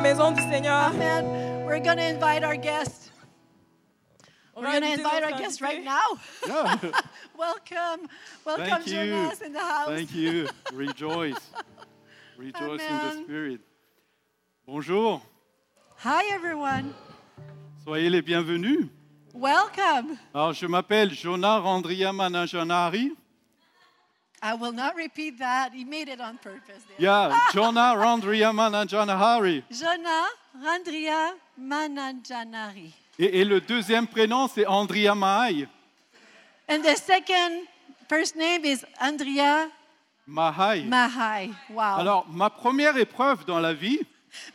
maison du Seigneur. Amen. We're going to invite our guests. On We're va going to inviter invite notre our guests invité. right now. Yeah. Welcome. Welcome, Thank you. Jonas, in the house. Thank you. Rejoice. Rejoice in the Amen. spirit. Bonjour. Hi, everyone. Soyez les bienvenus. Welcome. Alors, je m'appelle Jonah Randriamananjanari. I will not repeat that. He made it on purpose. there. Yeah, Jonah Randriamananjanahari. Jona Randria Mananjanari. Et, et le deuxième prénom, c'est Andriamahai. And the second first name is Andrea Mahai. Mahai. Wow. Alors, ma première épreuve dans la vie,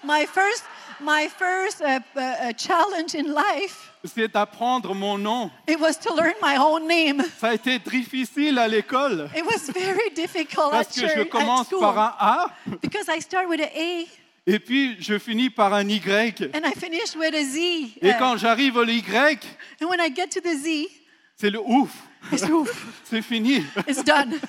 My first, my first uh, uh, uh, challenge in life, c'est d'apprendre mon nom. it was to learn my own name. Ça a été difficile à l'école It was very difficult at parce que je church, at commence school, par un A because I start with a A et puis je finis par un Y. and I finish with a Z. Et Uh, quand j'arrive au Y, and when I get to the Z, c'est le ouf, it's, oof, c'est fini. it's done.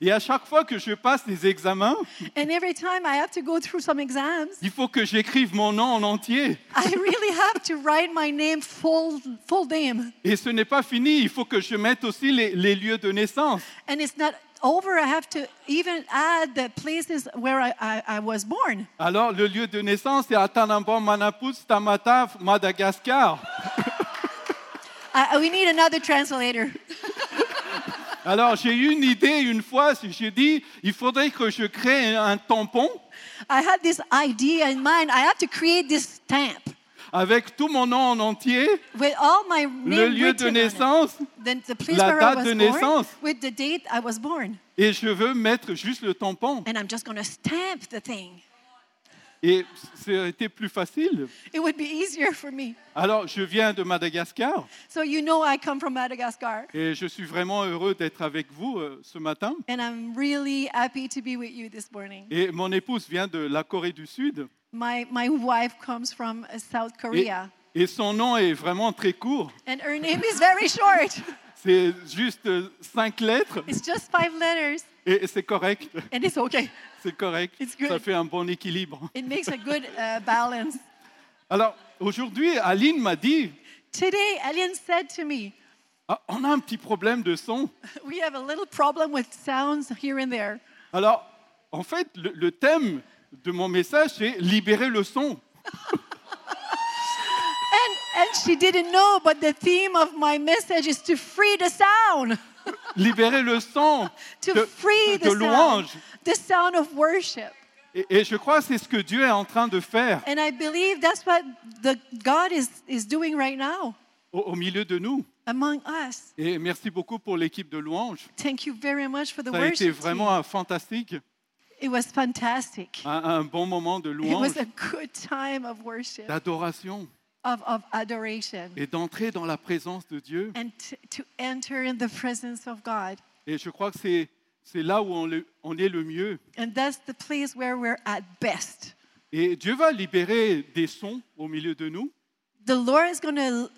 Et à chaque fois que je passe des examens, And every time I have to go through some exams, il faut que j'écrive mon nom en entier. I really have to write my name full, full name. Et ce n'est pas fini, il faut que je mette aussi les, les lieux de naissance. And it's not over. I have to even add the places where I, I, I was born. Alors, le lieu de naissance, c'est Atanambon, Manapus, Tamataf, Madagascar. I, we need another translator. Alors, j'ai eu une idée une fois, j'ai dit, il faudrait que je crée un tampon I had this idea in mind. I have to create this stamp avec tout mon nom en entier, with all my name le lieu written de on it. naissance, Then the place La where I date was de born, naissance. with the date I was born, et je veux mettre juste le tampon. and I'm just going to stamp the thing. Et c'était plus facile. It would be easier for me. Alors, je viens de Madagascar So you know I come from Madagascar, et je suis vraiment heureux d'être avec vous euh, ce matin. and I'm really happy to be with you this morning. Et mon épouse vient de la Corée du Sud My my wife comes from uh, South et, Korea, et son nom est vraiment très court. and her name is very short. C'est juste euh, cinq lettres It's just five letters, et c'est correct. and it's okay. C'est correct. It's good. Ça fait un bon équilibre. It makes a good uh, balance. Alors, aujourd'hui, Aline m'a dit, Today, Alien said to me, Ah, on a un petit problème de son. We have a little problem with sounds here and there. Alors, en fait, le, le thème de mon message, c'est libérer le son. And, and she didn't know, but the theme of my message is to free the sound, Libérer le son to de, free de- the de sound, louange. the sound of worship. Et, et je crois que c'est ce que Dieu est en train de faire And I believe that's what the God is, is doing right now au, au milieu de nous. among us. Et merci beaucoup pour l'équipe de louange. Thank you very much for the Ça a été worship. team. vraiment un fantastique, It was fantastic. un, un bon moment de It louange, was a good time of worship, d'adoration of, of adoration, et d'entrer dans la présence de Dieu. and t- to enter in the presence of God. Et je crois que c'est c'est là où on, le- on est le mieux. And that's the place where we're at best. Et Dieu va libérer des sons au milieu de nous the Lord is going to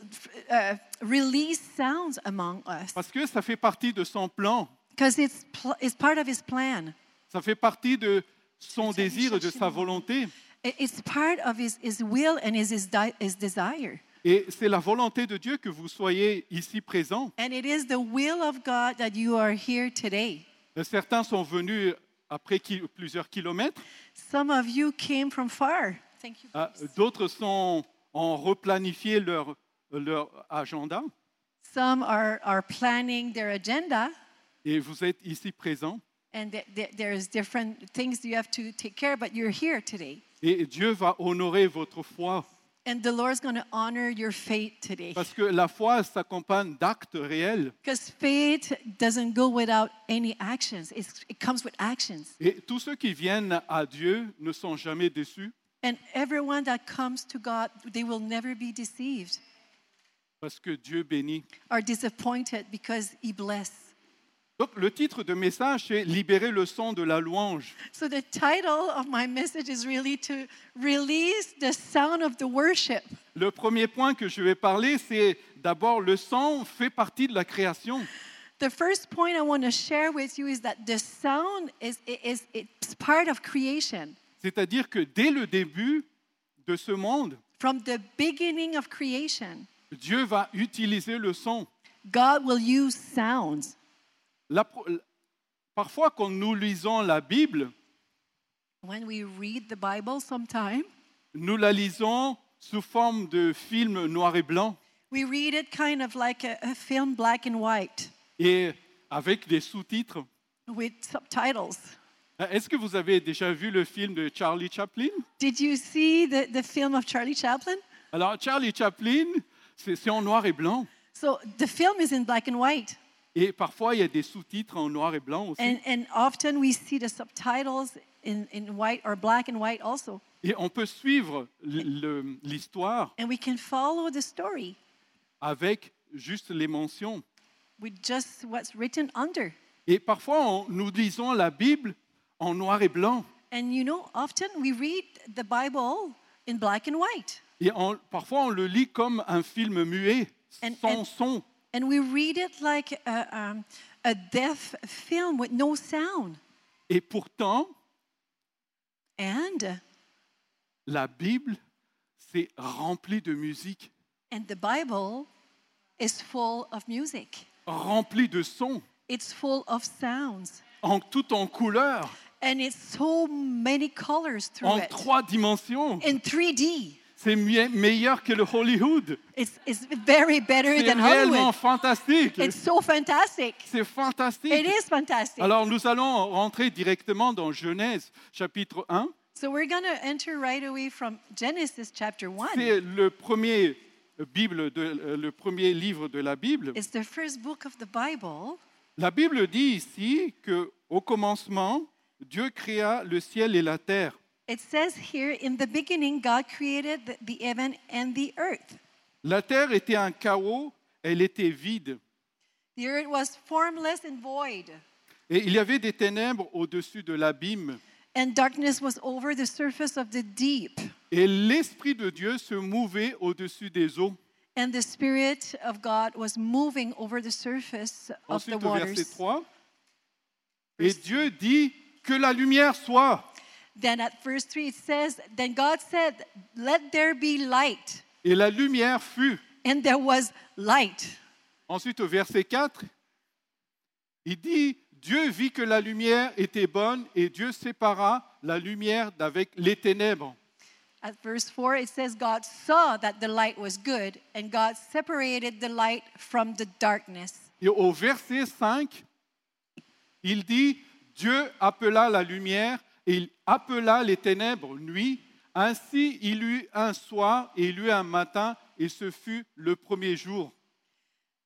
uh, release sounds among us parce que ça fait partie de son plan, because it's, pl- it's part of His plan. ça fait partie de son désir et de sa volonté. I- It's part of His, his will and his, his, di- his desire. Et c'est la volonté de Dieu que vous soyez ici présents. And it is the will of God that you are here today. Euh, Certains sont venus après qui- plusieurs kilomètres, Some of you came from far. Thank you. euh, please. d'autres sont ont replanifié leur, leur agenda Some are, are planning their agenda, et vous êtes ici présents. and th- th- there's different things you have to take care of, but you're here today. Et Dieu va honorer votre foi And the Lord's going to honor your faith today parce que la foi s'accompagne d'actes réels Because faith doesn't go without any actions. It's, it comes with actions. et tous ceux qui viennent à Dieu ne sont jamais déçus And everyone that comes to God, they will never be deceived parce que Dieu bénit. or disappointed because He blesses. Donc le titre de message c'est libérer le son de la louange. So the title of my message is really to release the sound of the worship. Le premier point que je vais parler c'est d'abord le son fait partie de la création. The first point I want to share with you is that the sound is, is it's part of creation. C'est-à-dire que dès le début, de ce monde, From the beginning of creation, Dieu va utiliser le son. God will use sounds. La pro- parfois, quand nous lisons la Bible, When we read the Bible sometime, nous la lisons sous forme de film noir et blanc we read it kind of like a, a film, black and white, et avec des sous-titres. Euh, with subtitles. Est-ce que vous avez déjà vu le film de Charlie Chaplin Did you see the, the film of Charlie Chaplin? Alors, Charlie Chaplin, c'est c'est en noir et blanc. So the film is in black and white, Et parfois, il y a des sous-titres en noir et blanc aussi. and, and often we see the subtitles in, in white or black and white also. Et on peut suivre l- le- l'histoire And we can follow the story avec juste les mentions. with just what's written under. Et parfois, on- nous lisons la Bible en noir et blanc. And you know, often we read the Bible in black and white, Et on- parfois, on le lit comme un film muet, And- sans and- son. and we read it like a, um, a deaf film with no sound. Et pourtant, And la Bible, c'est rempli de musique, and the Bible is full of music. rempli de sons, It's full of sounds, en tout en couleur, and it's so many colors through en it. trois dimensions. in 3D. C'est mie- meilleur que le Hollywood. It's, it's very better C'est than réellement Hollywood. fantastique. It's so fantastic. C'est It fantastique. is fantastic. Alors nous allons rentrer directement dans Genèse chapitre 1. So we're going to enter right away from Genesis chapter 1. C'est le premier, Bible de, euh, le premier livre de la Bible. It's the first book of the Bible. La Bible dit ici que au commencement, Dieu créa le ciel et la terre. It says here, in the beginning, God created the, the heaven and the earth. La terre était un chaos, elle était vide. The earth was formless and void, Et il y avait des ténèbres au-dessus de l'abîme. and darkness was over the surface of the deep. Et l'Esprit de Dieu se mouvait au-dessus des eaux. And the Spirit of God was moving over the surface of Ensuite, the au verset waters. 3. Et Dieu dit que la lumière soit. Then at verse 3 it says, Then God said, Let there be light. Et la lumière fut. And there was light. Ensuite, au verset 4, il dit, Dieu vit que la lumière était bonne et Dieu sépara la lumière d'avec les ténèbres. At verse 4 it says, God saw that the light was good, and God separated the light from the darkness. Et au verset 5, il dit, Dieu appela la lumière et il appela les ténèbres nuit. Ainsi, il eut un soir et il eut un matin et ce fut le premier jour.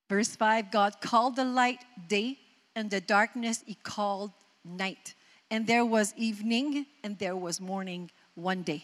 Verse 5 God called the light day, and the darkness he called night. And there was evening, and there was morning one day.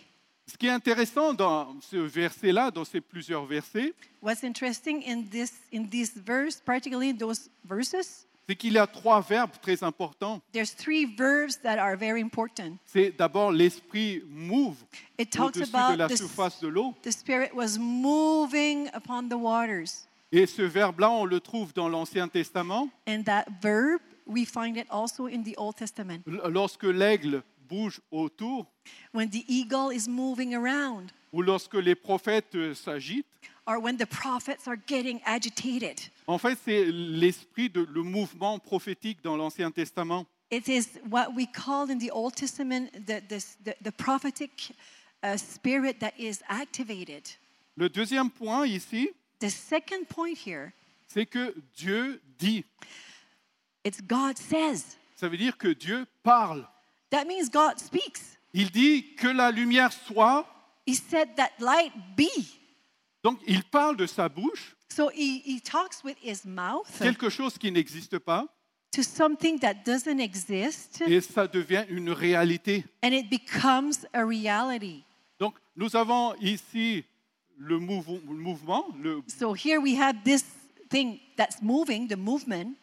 Ce qui est intéressant dans ce verset-là, dans ces plusieurs versets, What's interesting in this in this verse, particularly in those verses, c'est qu'il y a trois verbes très importants. there's three verbs that are very important. C'est d'abord l'esprit move It talks au-dessus about de la the, surface de l'eau. the Spirit was moving upon the waters. Et ce verbe-là, on le trouve dans l'Ancien Testament, And that verb, we find it also in the Old Testament. l- lorsque l'aigle bouge autour When the eagle is moving around, ou lorsque les prophètes euh, s'agitent. or when the prophets are getting agitated, En fait, c'est l'esprit, de, le mouvement prophétique dans l'Ancien Testament. it is what we call in the Old Testament the, the, the, the prophetic uh, spirit that is activated. Le deuxième point ici, The second point here, c'est que Dieu dit. it's God says. Ça veut dire que Dieu parle. That means God speaks. Il dit que la lumière soit. He said that light be. Donc, il parle de sa bouche, So he, he talks with his mouth quelque chose qui n'existe pas, to something that doesn't exist et ça devient une réalité. and it becomes a reality. Donc, nous avons ici le, mouvo- le mouvement, le, So here we have this thing that's moving, the movement.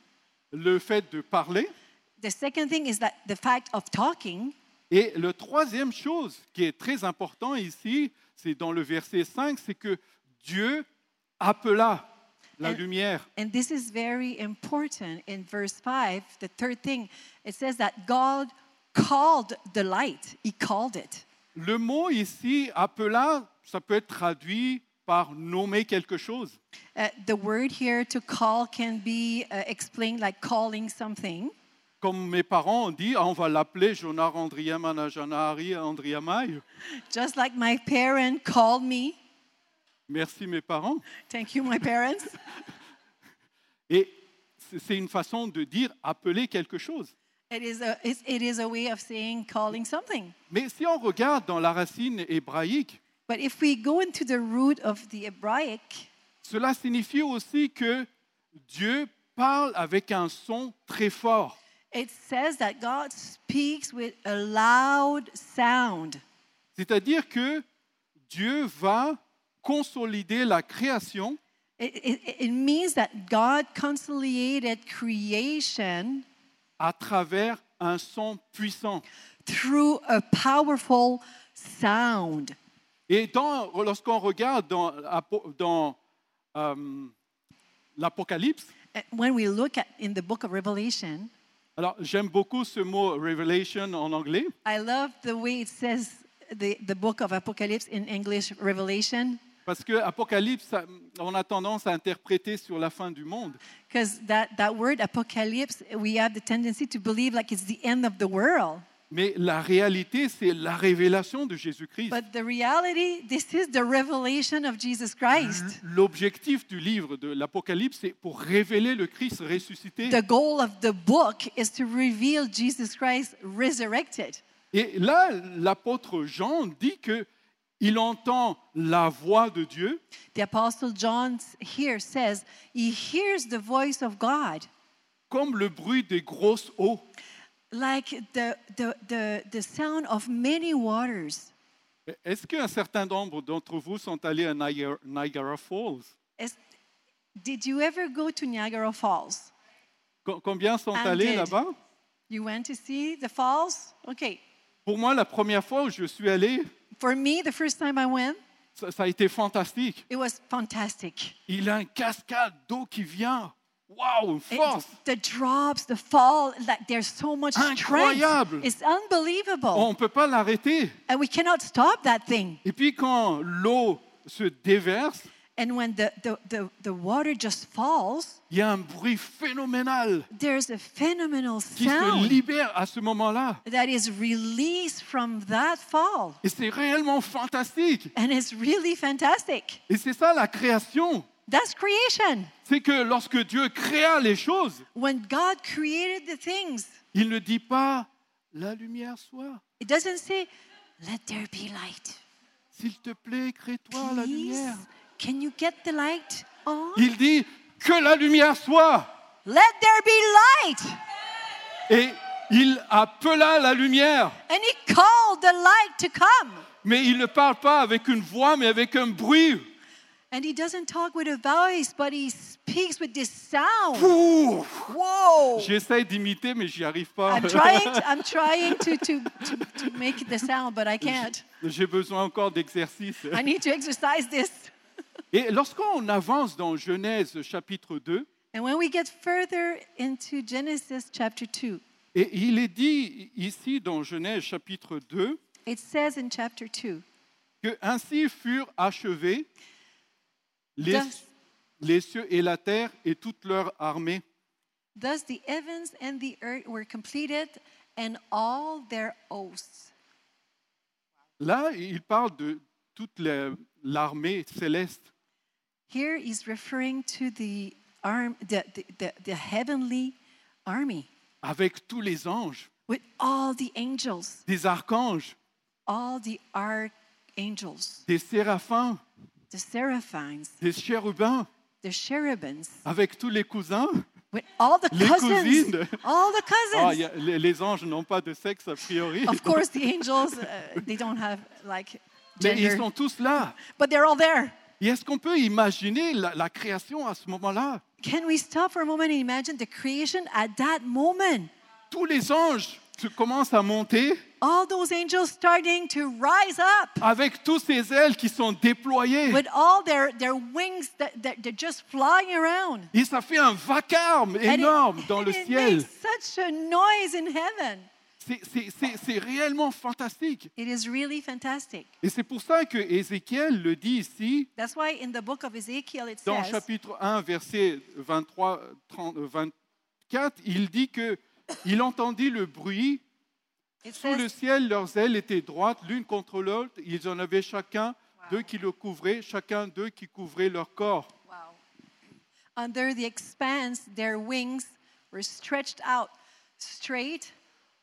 le fait de parler. The second thing is that the fact of talking. Et la troisième chose qui est très importante ici, c'est dans le verset 5, c'est que Dieu appela la Euh. lumière. And this is very important in verse 5. The third thing, it says that God called the light, He called it. Le mot ici, appela, ça peut être traduit par nommer quelque chose. Uh, the word here to call can be uh, explained like calling something. Comme mes parents ont dit, Ah, on va l'appeler Jonar Andriamana Janahari Andriamai. Just like my parent called me. Merci mes parents. Thank you, my parents. Et c'est- c'est une façon de dire appeler quelque chose. It is a, it's, it is a way of saying calling something. Mais si on regarde dans la racine hébraïque, But if we go into the root of the Hebraic, cela signifie aussi que Dieu parle avec un son très fort. it says that God speaks with a loud sound. C'est-à-dire que Dieu va consolider la création It, it, it means that God conciliated creation à travers un son puissant. through a powerful sound. Et dans- lorsqu'on regarde dans, Apo- dans, euh, l'Apocalypse, Uh, When we look at in the book of Revelation, alors j'aime beaucoup ce mot revelation en anglais, I love the way it says the, the book of Apocalypse in English, Revelation, parce que Apocalypse, ça- on a tendance à interpréter sur la fin du monde. because that, that word apocalypse, we have the tendency to believe like it's the end of the world. Mais la réalité, c'est la révélation de Jésus-Christ. But the reality, this is the revelation of Jesus Christ. Mm-hmm. L'objectif du livre de l'Apocalypse, c'est pour révéler le Christ ressuscité. The goal of the book is to reveal Jesus Christ resurrected. Et là, l'apôtre Jean dit que il entend la voix de Dieu The Apostle John here says he hears the voice of God comme le bruit des grosses eaux. like the, the, the, the sound of many waters. Est-ce qu'un certain nombre d'entre vous sont allés à Niagara Niagara Falls Est- did you ever go to Niagara Falls? Co- Combien sont I'm allés dead. là-bas You went to see the falls? Okay. Pour moi, la première fois où je suis allé, For me, the first time I went, ça, ça a été fantastique. it was fantastic. Il y a une cascade d'eau qui vient. Waouh, une It- force the drops, the fall, like there's so much Incroyable. Oh. strength. It's unbelievable. On ne peut pas l'arrêter. And we cannot stop that thing. Et puis quand l'eau se déverse, And when the, the, the, the water just falls, il y a un bruit phénoménal there's a phenomenal qui se sound libère à ce moment-là. that is released from that fall. Et c'est réellement fantastique. And it's really fantastic. Et c'est ça la création. That's creation. C'est que lorsque Dieu créa les choses, When God created the things, il ne dit pas la lumière soit. it doesn't say, let there be light. S'il te plaît, crée-toi la Please, lumière. can you get the light on? Il dit que la lumière soit. Let there be light. Et il appela la lumière. And he called the light to come. Mais il ne parle pas avec une voix, mais avec un bruit. And he doesn't talk with a voice, but he speaks with this sound. Ouh Whoa! J'essaie d'imiter, mais j'y arrive pas. I'm trying. To, I'm trying to, to, to, to make the sound, but I can't. J'ai besoin encore d'exercice. I need to exercise this. Et lorsqu'on avance dans Genèse chapitre 2, And when we get further into Genesis chapter 2, et il est dit ici dans Genèse chapitre 2 it says in chapter 2, que ainsi furent achevés les, Thus- les cieux et la terre et toute leur armée. Thus the heavens and the earth were completed, and all their hosts. Là, il parle de toute la- l'armée céleste. Here he's referring to the, arm, the, the, the, the heavenly army avec tous les anges, with all the angels, des archanges, all the archangels, des séraphins, the seraphims, des chérubins, the cherubims, avec tous les cousins. with all the Les cousins, cousines. all the Ah, il cousins. y a- les, les anges n'ont pas de sexe a priori, Of course, the angels uh, they don't have like mais ils gender, sont tous là. but they're all there. Et est-ce qu'on peut imaginer la, la création à ce moment-là Can we stop for a moment and imagine the creation at that moment? Tous les anges se commencent à monter All those angels starting to rise up avec tous ces ailes qui sont déployées. with all their, their wings that, that they're just flying around. Et ça fait un vacarme And it- énorme dans le it ciel. makes such a noise in heaven. C'est- c'est- C'est c'est réellement fantastique. It is really fantastic. Et c'est pour ça que Ézéchiel le dit ici, That's why in the book of Ezekiel it dans says, chapitre 1, verset 23, 30, 24, il dit que il entendit le bruit it Sous le says ciel, leurs ailes étaient droites l'une contre l'autre. Ils en avaient chacun deux qui le couvraient, chacun deux qui couvraient leur corps. wow. Under the expanse, their wings were stretched out straight,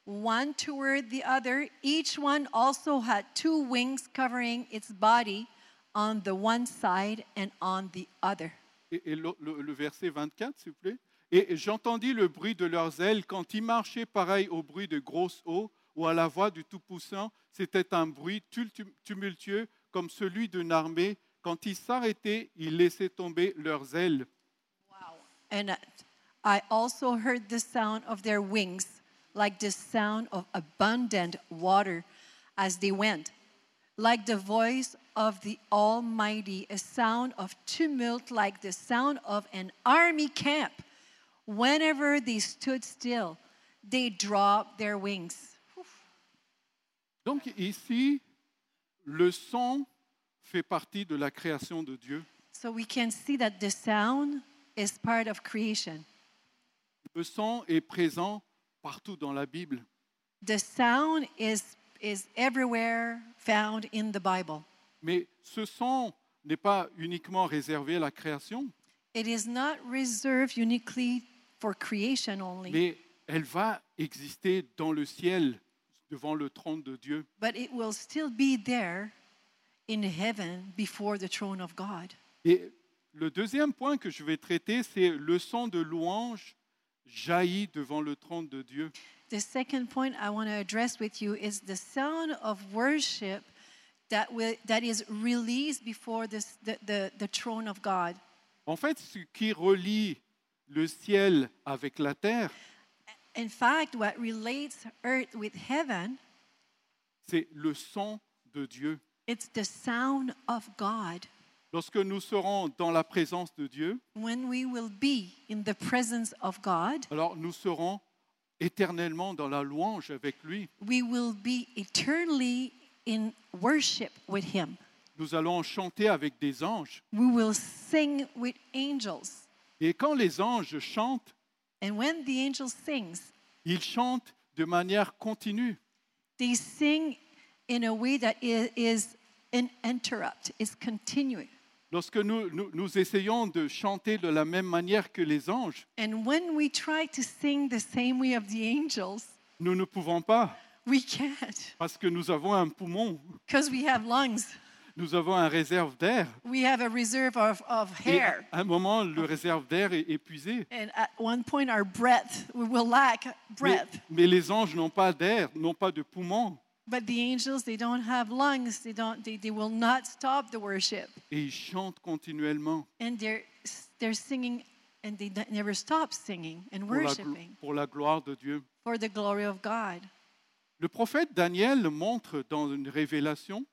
one toward the other. Each one also had two wings covering its body on the one side and on the other. Et, et le, le- le verset 24, s'il vous plaît. Et j'entendis le bruit de leurs ailes quand ils marchaient pareil au bruit de grosses eaux ou à la voix du Tout-Poussant. C'était un bruit tultu- tumultueux comme celui d'une armée. Quand ils s'arrêtaient, ils laissaient tomber leurs ailes. And I also heard the sound of their wings, like the sound of abundant water as they went, like the voice of the Almighty, a sound of tumult, like the sound of an army camp. Whenever they stood still, they dropped their wings. Donc ici, le son fait partie de la création de Dieu. So we can see that the sound is part of creation. Le son est présent partout dans la Bible. The sound is, is everywhere found in the Bible. Mais ce son n'est pas uniquement réservé à la création, It is not reserved uniquely for creation only, mais elle va exister dans le ciel, devant le trône de Dieu. but it will still be there in heaven before the throne of God. Et le deuxième point que je vais traiter, c'est le son de louange jaillit devant le trône de Dieu. The second point I want to address with you is the sound of worship that, will, that is released before this, the, the, the throne of God. En fait, ce qui relie le ciel avec la terre, In fact, what relates earth with heaven, c'est le son de Dieu. it's the sound of God. Lorsque nous serons dans la présence de Dieu, When we will be in the presence of God, alors nous serons éternellement dans la louange avec lui. we will be eternally in worship with him. Nous allons chanter avec des anges. We will sing with angels. Et quand les anges chantent, And when the angel sings, ils chantent de manière continue. they sing in a way that i- is an interrupt, is continuing. Lorsque nous, nous, nous essayons de chanter de la même manière que les anges, And when we try to sing the same way of the angels, nous ne pouvons pas we can't parce que nous avons un poumon, because we have lungs. nous avons un réserve d'air. We have a reserve of, of Et à hair. un moment, le réserve d'air est épuisé. And at one point, our breath, we will lack Mais, breath. mais les anges n'ont pas d'air, n'ont pas de poumon, But the angels, they don't have lungs. They don't. They, they will not stop the worship, et ils chantent continuellement and they're they're singing, and they don't- never stop singing and pour la glo- worshiping pour la gloire de Dieu. for the glory of God. Le prophète Daniel montre dans une révélation,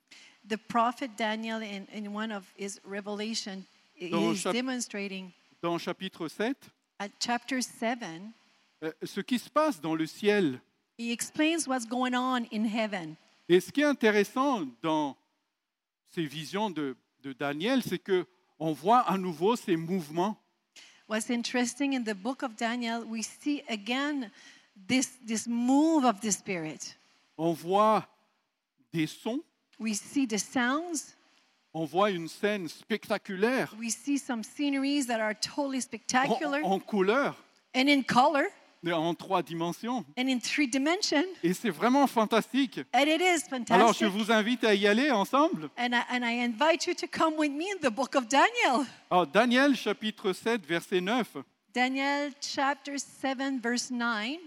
The prophet Daniel, in, in one of his revelation, he Dans is chap- demonstrating dans chapitre 7, at chapter seven. euh, ce qui se passe dans le ciel. He explains what's going on in heaven. Et ce qui est intéressant dans ces visions de, de Daniel, c'est que on voit à nouveau ces mouvements. What's interesting in the book of Daniel, we see again this this move of the spirit. On voit des sons, We see the sounds on voit une scène spectaculaire We see some sceneries that are totally en, spectacular en couleur, and in color mais en trois dimensions. and in three dimension, Et c'est vraiment fantastique. and it is Alors je fantastic. vous invite à y aller ensemble. and, I, and I invite you to come with me in the book of Daniel. Alors Daniel chapitre 7 verset 9. Daniel chapter 7, verse 9.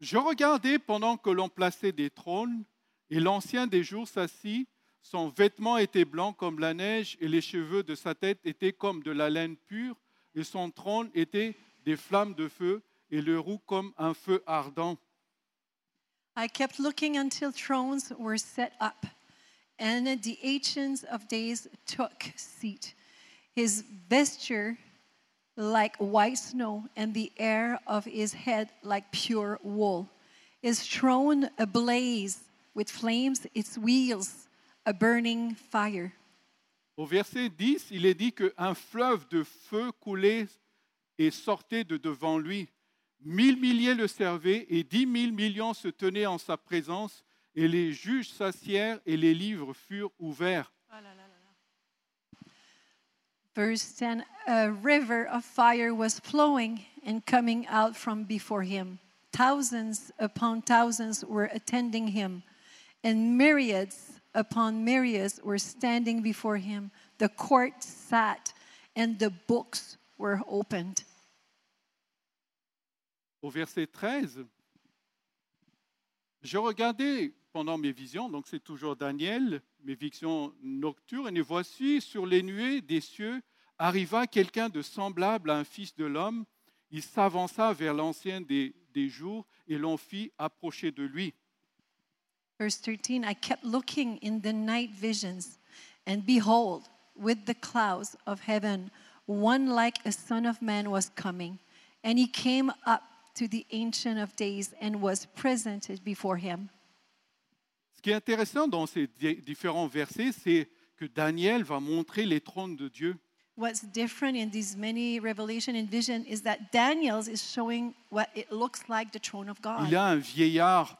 Je regardais pendant que l'on plaçait des trônes, et l'ancien des jours s'assit. Son vêtement était blanc comme la neige, et les cheveux de sa tête étaient comme de la laine pure, et son trône était des flammes de feu, et le roux comme un feu ardent. I kept looking until thrones were set up, and the ancients of days took seat. His vesture like white snow, and the hair of his head like pure wool. is thrown ablaze with flames, its wheels a burning fire. Au verset 10, il est dit qu'un fleuve de feu coulait et sortait de devant lui. Mille milliers le servaient et dix mille millions se tenaient en sa présence, et les juges s'assièrent et les livres furent ouverts. Verse 10 A river of fire was flowing and coming out from before him. Thousands upon thousands were attending him, and myriads upon myriads were standing before him. The court sat, and the books were opened. Au verset 13, je regardais pendant mes visions, donc c'est toujours Daniel, mes visions nocturnes, et voici sur les nuées des cieux arriva quelqu'un de semblable à un fils de l'homme. Il s'avança vers l'ancien des, des jours et l'on fit approcher de lui. Verse 13 I kept looking in the night visions, and behold, with the clouds of heaven, one like a son of man was coming. And he came up to the Ancient of Days and was presented before him. Ce qui est intéressant dans ces di- différents versets, c'est que Daniel va montrer les trônes de Dieu. What's different in these many revelation and vision is that Daniel's is showing what it looks like the throne of God. Il a un vieillard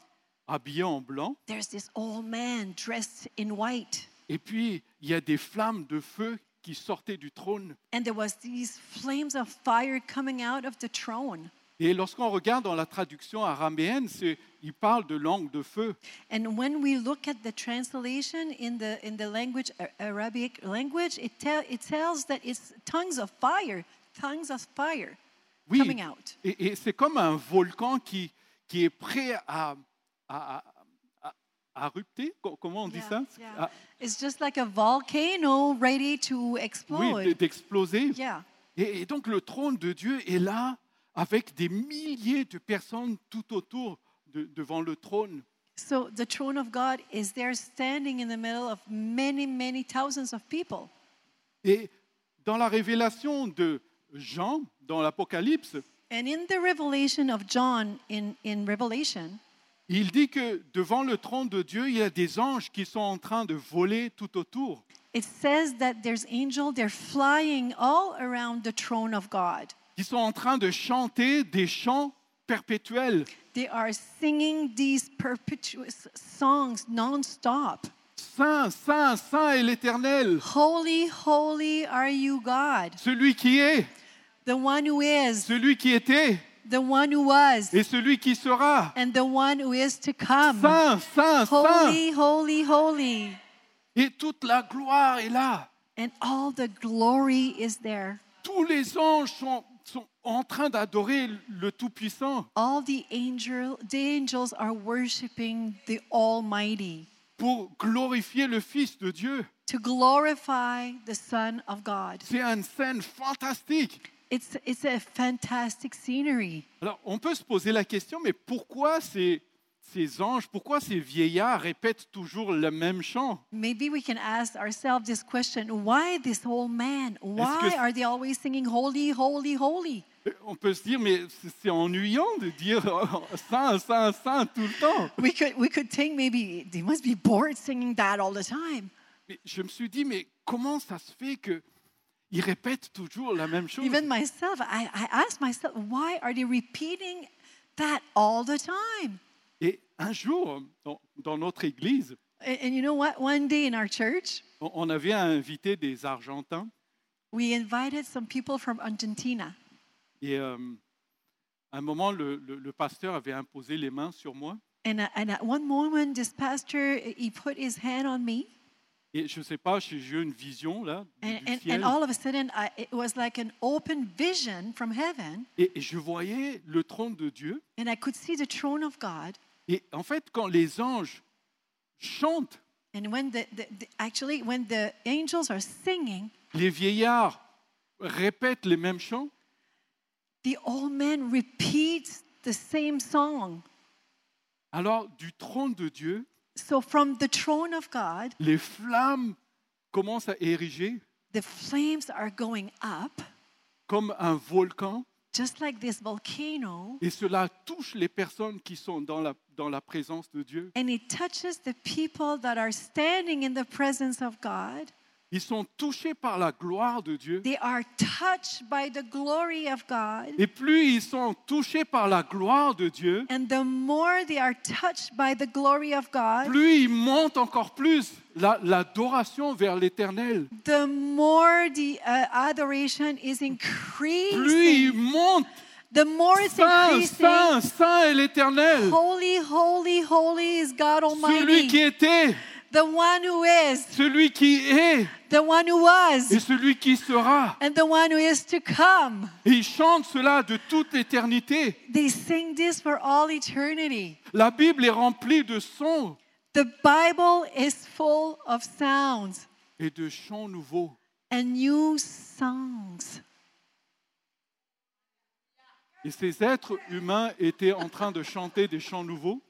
habillé en blanc, There's this old man dressed in white, et puis il y a des flammes de feu qui sortaient du trône. and there was these flames of fire coming out of the throne. Et lorsqu'on regarde dans la traduction araméenne, c'est- il parle de langue de feu. And when we look at the translation in the in the language Ar- Arabic language, it tell it tells that it's tongues of fire, tongues of fire Oui. coming out. Et, et c'est comme un volcan qui, qui est prêt à, à, à- à rupter, co- comment on dit Yeah, ça Ah, yeah. À- It's just like a volcano ready to Oui, d- explode. d'exploser. Yeah. Et, et donc le trône de Dieu est là avec des milliers de personnes tout autour de- devant le trône. So the throne of God is there standing in the middle of many, many thousands of people. Et dans la révélation de Jean, dans l'Apocalypse, And in the revelation of John in, in Revelation, il dit que devant le trône de Dieu, il y a des anges qui sont en train de voler tout autour. it says that there's angel, they're flying all around the throne of God. qui sont en train de chanter des chants perpétuels. They are singing these perpetuous songs nonstop. Saint, Saint, Saint est l'Éternel, Holy, holy are you God, celui qui est, the one who is, celui qui était the one who was, et celui qui sera. and the one who is to come. Saint, Saint, Saint. Holy, holy, holy. Et toute la gloire est là. And all the glory is there. Tous les anges sont, sont en train d'adorer le Tout-Puissant. All the angel, the angels are worshiping the Almighty pour glorifier le Fils de Dieu. to glorify the Son of God. C'est une scène fantastique. It's it's a fantastic scenery. Alors, on peut se poser la question, mais pourquoi ces, ces anges, pourquoi ces vieillards répètent toujours le même chant Maybe we can ask ourselves this question why this whole man? Why que- are they always singing holy, holy, holy? On peut se dire, mais c'est- c'est ennuyant de dire saint, saint, saint tout le temps. We could, we could think maybe they must be bored singing that all the time. Mais je me suis dit, mais comment ça se fait que ils répètent toujours la même chose Even myself, I, I asked myself, why are they repeating that all the time? Et un jour, dans, dans notre église, And, and you know what? One day in our church, on- on avait invité des Argentins we invited some people from Argentina. et euh, à un moment, le, le- le pasteur avait imposé les mains sur moi. And, uh, and at one moment, this pastor, uh, he put his hand on me. Et je ne sais pas, j'ai j'ai eu une vision là du, And, du and, ciel. and all of a sudden, I, it was like an open vision from heaven. Et et je voyais le trône de Dieu. And I could see the throne of God. Et en fait, quand les anges chantent, And when the, the, the actually when the angels are singing, les vieillards répètent les mêmes chants, the old man repeats the same song. alors du trône de Dieu, So from the throne of God, les flammes commencent à ériger the flames are going up comme un volcan Just like this volcano, Et cela touche les personnes qui sont dans la, dans la présence de Dieu. and it touches the people that are standing in the presence of God. Ils sont touchés par la gloire de Dieu. They are touched by the glory of God. Et plus ils sont touchés par la gloire de Dieu, And the more they are touched by the glory of God, plus ils montent encore plus la- l'adoration vers l'éternel. the more the uh, adoration is Plus ils increasing. montent The more it's Saint, increasing. Saint, Oh, Saint est l'éternel. Holy, holy, holy is God Celui Almighty, qui était, the one who is, celui qui est the one who et was, celui qui sera. and the one who is to come. Et ils chantent cela de toute l'éternité. They sing this for all eternity. La Bible est remplie de sons The Bible is full of sounds et de chants nouveaux. and new songs. Et ces êtres humains étaient en train de chanter des chants nouveaux,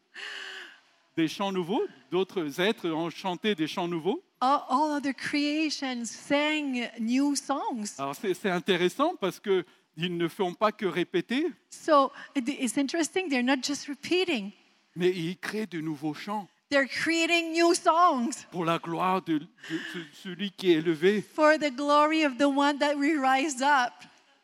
des chants nouveaux, d'autres êtres ont chanté des chants nouveaux. All, all other creations sang new songs. Alors c'est c'est intéressant parce que ils ne font pas que répéter, So it- it's interesting, they're not just repeating, mais ils créent de nouveaux chants they're creating new songs pour la gloire de, de ce- celui qui est élevé. for the glory of the one that we rise up.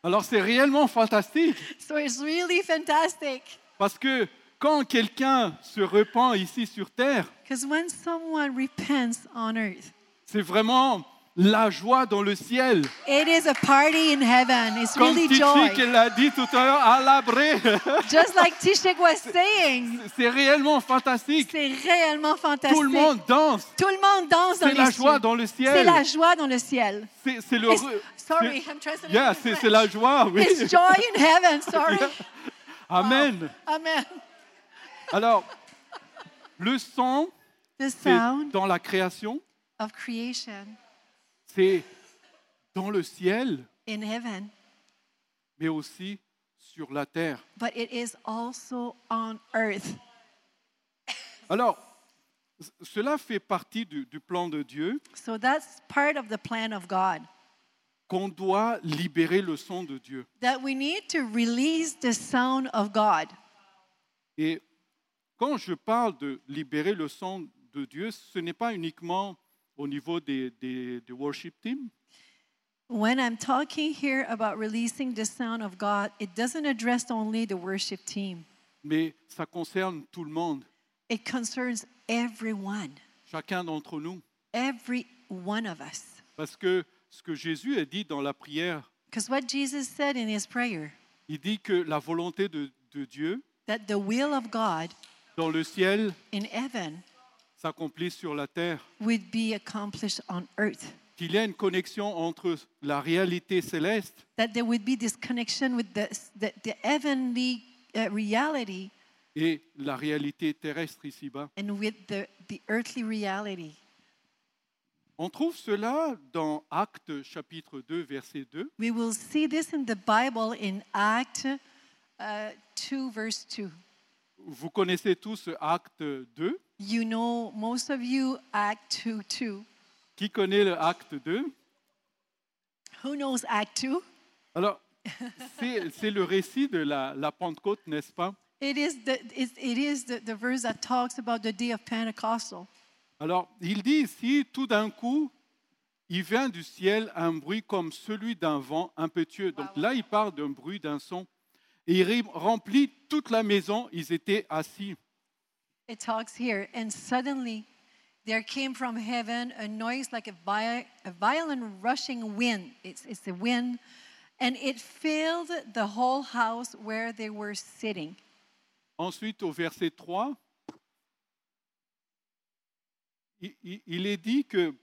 Alors c'est réellement fantastique So it's really fantastic. parce que quand quelqu'un se repent ici sur terre, Because when someone repents on earth, c'est vraiment la joie dans le ciel. it is a party in heaven. It's Comme really Titi joy. qu'elle l'a dit tout à l'heure, à l'abré. Just like Tishik was saying, C'est réellement fantastique. c'est réellement fantastique. Tout le monde danse. Tout le monde danse dans C'est les la cieux. joie dans le C'est ciel. la joie dans le ciel. C'est c'est le. It's- re- sorry, c'est- I'm translating. Yeah, in c'est c'est French. la joie, oui. It's joy in heaven, sorry. Amen. Amen. Alors, le son The c'est sound dans la création, of creation c'est dans le ciel, in heaven, mais aussi sur la terre. but it is also on earth. Alors, c- cela fait partie du, du plan de Dieu So that's part of the plan of God. qu'on doit libérer le son de Dieu. That we need to release the sound of God. Et quand je parle de libérer le son de Dieu, ce n'est pas uniquement au niveau des, des, des worship teams, When I'm talking here about releasing the sound of God, it doesn't address only the worship team, mais ça concerne tout le monde, it concerns everyone, chacun d'entre nous. every one of us. Parce que ce que Jésus a dit dans la prière, Because what Jesus said in his prayer, il dit que la volonté de, de Dieu that the will of God dans le ciel in heaven s'accomplit sur la terre, would be accomplished on earth, qu'il y a une connexion entre la réalité céleste that there would be this connection with the, the, the heavenly uh, reality et la réalité terrestre ici-bas. and with the, the earthly reality. On trouve cela dans Actes chapitre 2, verset 2. We will see this in the Bible in Act uh, 2, verse 2. Vous connaissez tous Acte 2. You know, most of you, Act 2 2. Qui connaît le Acte 2 Who knows Act 2? Alors, c'est c'est le récit de la, la Pentecôte, n'est-ce pas It is, the, it, it is the, the verse that talks about the day of Pentecostal. Alors, il dit ici, tout d'un coup, il vient du ciel un bruit comme celui d'un vent impétueux. Donc là, il parle d'un bruit, d'un son. Et il rim- remplit toute la maison, ils étaient assis. It talks here, and suddenly there came from heaven a noise like a, vi- a violent rushing wind. It's, it's the wind, and it filled the whole house where they were sitting. Ensuite, au verset 3, il, il- il est dit que,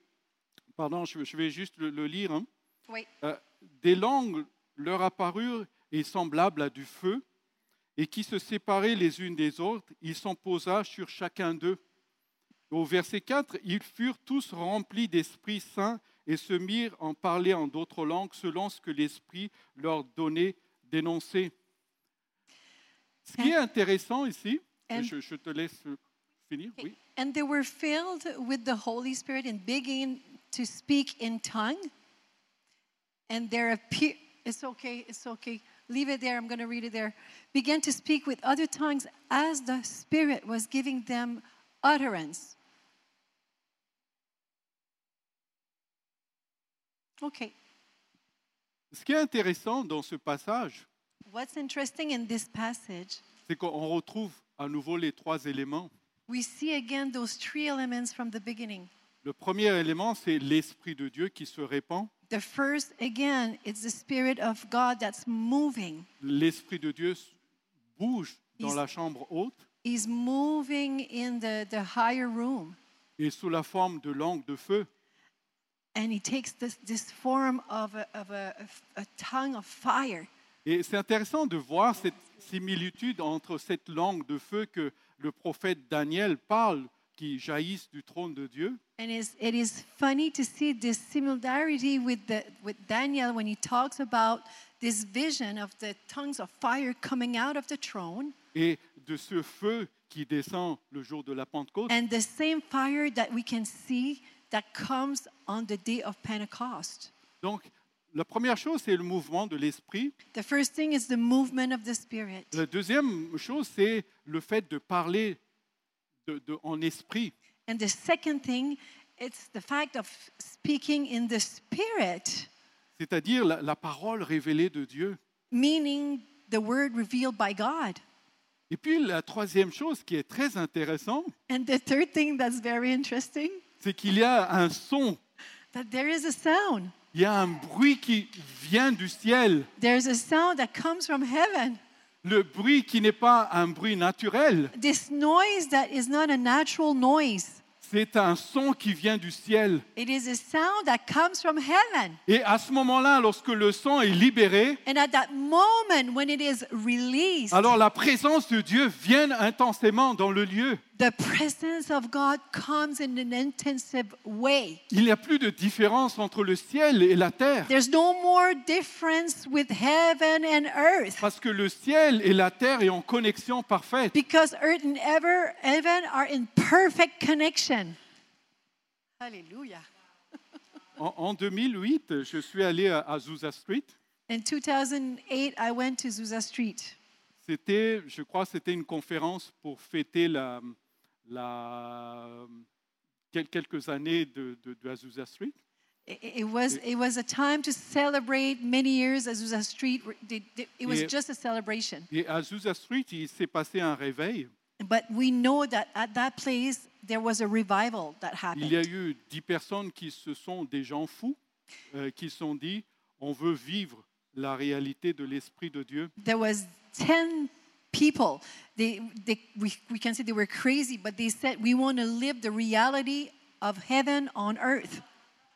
pardon, je, je vais juste le, le lire, hein. Wait, Euh, des langues leur apparurent et semblables à du feu, et qui se séparaient les unes des autres, il s'en posa sur chacun d'eux. Au verset 4, ils furent tous remplis d'Esprit Saint et se mirent en parler en d'autres langues selon ce que l'Esprit leur donnait d'énoncer. Ce qui est intéressant ici, et And- je, je te laisse finir, oui. and they were filled with the Holy Spirit and began to speak in tongue. And there appeared, it's okay, it's okay. leave it there, I'm going to read it there, began to speak with other tongues as the Spirit was giving them utterance. Okay, Ce qui est intéressant dans ce passage, what's interesting in this passage, c'est qu'on retrouve à nouveau les trois éléments. we see again those three elements from the beginning. Le premier élément, c'est l'Esprit de Dieu qui se répand. The first, again, it's the Spirit of God that's moving. L'Esprit de Dieu bouge dans Is- la chambre haute He's moving in the, the higher room. et sous la forme de langue de feu. And he takes this, this form of, a, of a, a tongue of fire. Et c'est intéressant de voir cette similitude entre cette langue de feu que le prophète Daniel parle, qui jaillissent du trône de Dieu, And it's, it is funny to see this similarity with, the, with Daniel when he talks about this vision of the tongues of fire coming out of the throne et de ce feu qui descend le jour de la Pentecôte. and the same fire that we can see that comes on the day of Pentecost. Donc, la première chose, c'est le mouvement de l'esprit. The first thing is the movement of the Spirit. La deuxième chose, c'est le fait de parler de- de- en esprit. And the second thing, it's the fact of speaking in the Spirit, c'est-à-dire la, la parole révélée de Dieu. meaning the word revealed by God. Et puis la troisième chose qui est très intéressante, And the third thing that's very interesting, c'est qu'il y a un son, that there is a sound. il y a un bruit qui vient du ciel, There's a sound that comes from heaven. le bruit qui n'est pas un bruit naturel, This noise that is not a natural noise. c'est un son qui vient du ciel. It is a sound that comes from heaven. Et à ce moment-là, lorsque le son est libéré, And at that moment when it is released, alors la présence de Dieu vient intensément dans le lieu. the presence of God comes in an intensive way. Il n'y a plus de différence entre le ciel et la terre, There's no more difference with heaven and earth parce que le ciel et la terre est en connexion parfaite. because earth and ever heaven are in perfect connection. Hallelujah. En, en 2008, je suis allé à, à Azusa Street. In 2008, I went to Zusa Street. C'était, je crois, c'était une conférence pour fêter la, la- quel- quelques années de, de- de Azusa Street. I- i- It was, it was a time to celebrate many years at Zusa Street. were- they- they- It was Yeah. just a celebration. Et à Azusa Street, il s'est passé un réveil. But we know that at that place, there was a revival that Il y a happened. eu dix personnes qui se sont des gens fous, euh, qui se sont dit, on veut vivre la réalité de l'Esprit de Dieu. There was 10 people. They, they, we, we can say they were crazy, but they said, we want to live the reality of heaven on earth.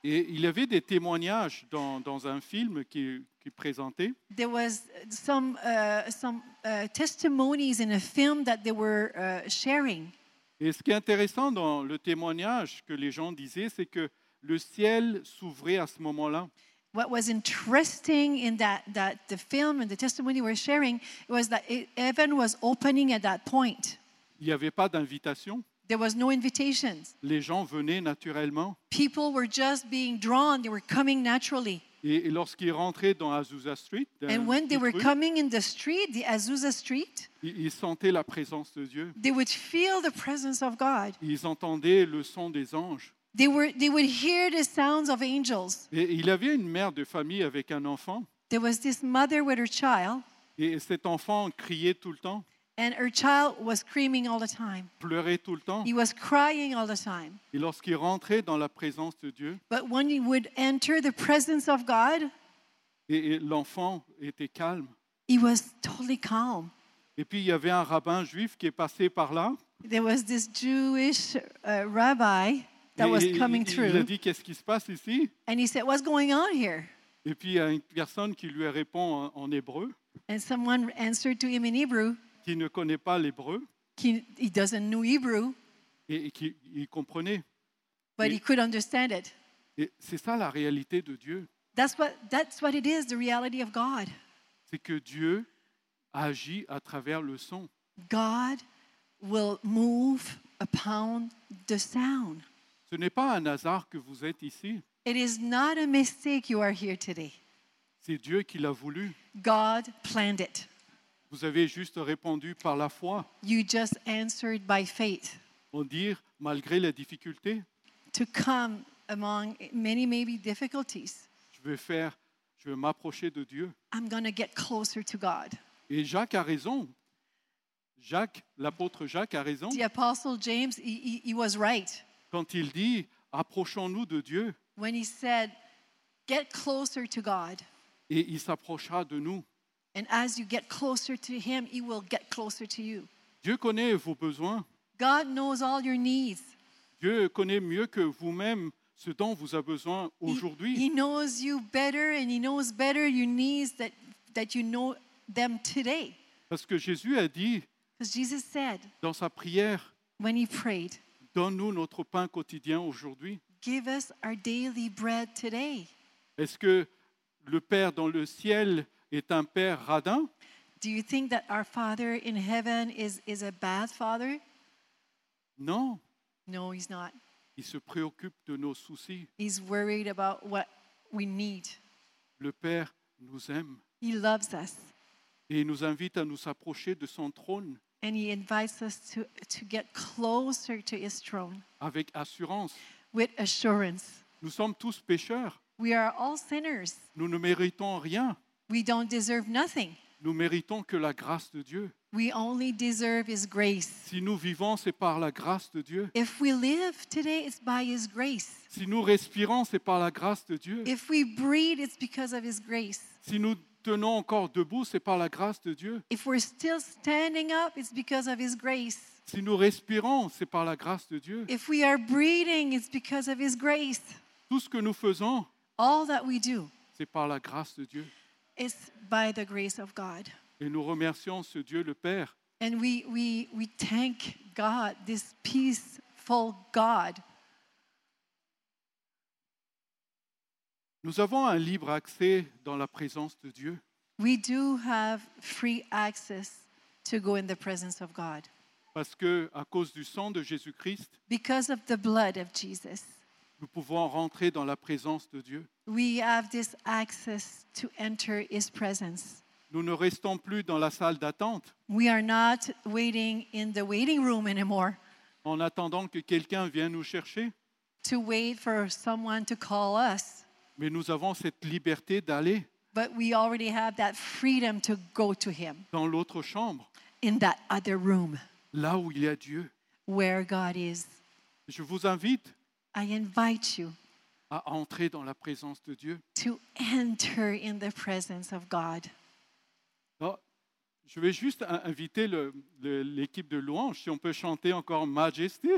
Et il y avait des témoignages dans, dans un film qui, qui présentait. There was uh, some, uh, some uh, testimonies in a film that they were uh, sharing. Et ce qui est intéressant dans le témoignage que les gens disaient, c'est que le ciel s'ouvrait à ce moment-là. What was interesting in that, that the film and the testimony we're sharing was that it, heaven was opening at that point. Il n'y avait pas d'invitation. There was no invitations. Les gens venaient naturellement. People were just being drawn. They were coming naturally. Et, et lorsqu'ils rentraient dans Azusa Street, dans And when they le were truc, coming in the street, the Azusa street, ils, ils sentaient la présence de Dieu. they would feel the presence of God. Ils entendaient le son des anges. They, were, they would hear the sounds of angels. Et il y avait une mère de famille avec un enfant. There was this mother with her child, Et cet enfant criait tout le temps, and her child was screaming all the time. pleurait tout le temps. He was crying all the time. Et lorsqu'il rentrait dans la présence de Dieu, But when he would enter the presence of God, et- et l'enfant était calme. he was totally calm. Et puis il y avait un rabbin juif qui est passé par là. There was this Jewish uh, rabbi that Et was il- coming il, il a through, dit qu'est-ce qui se passe ici and he said, What's going on here? Et puis il y a une personne qui lui répond en, en hébreu, And someone answered to him in Hebrew. qui ne connaît pas l'hébreu He, he doesn't know Hebrew, et, et qui il comprenait. but Oui. he could understand it. Et c'est ça la réalité de Dieu, That's what, that's what it is the reality of God. c'est que Dieu agit à travers le son. God will move upon the sound. Ce n'est pas un hasard que vous êtes ici, It is not a mistake you are here today. c'est Dieu qui l'a voulu. God planned it. Vous avez juste répondu par la foi, You just answered by faith en dire, malgré la difficulté, to come among many, maybe difficulties. je vais faire, je vais m'approcher de Dieu. I'm going to get closer to God. Et Jacques a raison. Jacques, l'apôtre Jacques a raison The Apostle James, he, he, he was right quand il dit, approchons-nous de Dieu when he said, Get closer to God. et il s'approchera de nous. And as you get closer to Him, He will get closer to you. Dieu connaît vos besoins. God knows all your needs. Dieu connaît mieux que vous-même ce dont vous avez besoin He- He aujourd'hui. knows you better and He knows better your needs that, that you know them today. Parce que Jésus a dit Because Jesus said dans sa prière, when He prayed, donne-nous notre pain quotidien aujourd'hui. Give us our daily bread today. Est-ce que le Père dans le ciel est un Père radin Do you think that our Father in heaven is, is a bad Father? Non, No, He's not. il se préoccupe de nos soucis. He's worried about what we need. Le Père nous aime He loves us et il nous invite à nous approcher de son trône and He invites us to, to get closer to His throne avec assurance. with assurance. Nous sommes tous pécheurs, We are all sinners. nous ne méritons rien, We don't deserve nothing. nous méritons que la grâce de Dieu. We only deserve His grace. Si nous vivons, c'est par la grâce de Dieu. If we live today, it's by His grace. Si nous respirons, c'est par la grâce de Dieu. If we breathe, it's because of His grace. Si nous tenons encore debout, c'est par la grâce de Dieu. If we're still standing up, it's because of His grace. Si nous respirons, c'est par la grâce de Dieu. If we are breathing, it's because of His grace. Tout ce que nous faisons, All that we do c'est par la grâce de Dieu. is by the grace of God. Et nous remercions ce Dieu le Père And we, we, we thank God, this peaceful God. Nous avons un libre accès dans la présence de Dieu. We do have free access to go in the presence of God. Parce que, à cause du sang de Jésus-Christ, Because of the blood of Jesus, nous pouvons rentrer dans la présence de Dieu. we have this access to enter His presence. Nous ne restons plus dans la salle d'attente We are not waiting in the waiting room anymore en attendant que quelqu'un vienne nous chercher, to wait for someone to call us, mais nous avons cette liberté d'aller but we already have that freedom to go to Him dans l'autre chambre, in that other room là où il y a Dieu. where God is. Je vous invite I invite you à entrer dans la présence de Dieu. to enter in the presence of God. Alors, je vais juste in- inviter le- le- l'équipe de louange, si on peut chanter encore Majesty.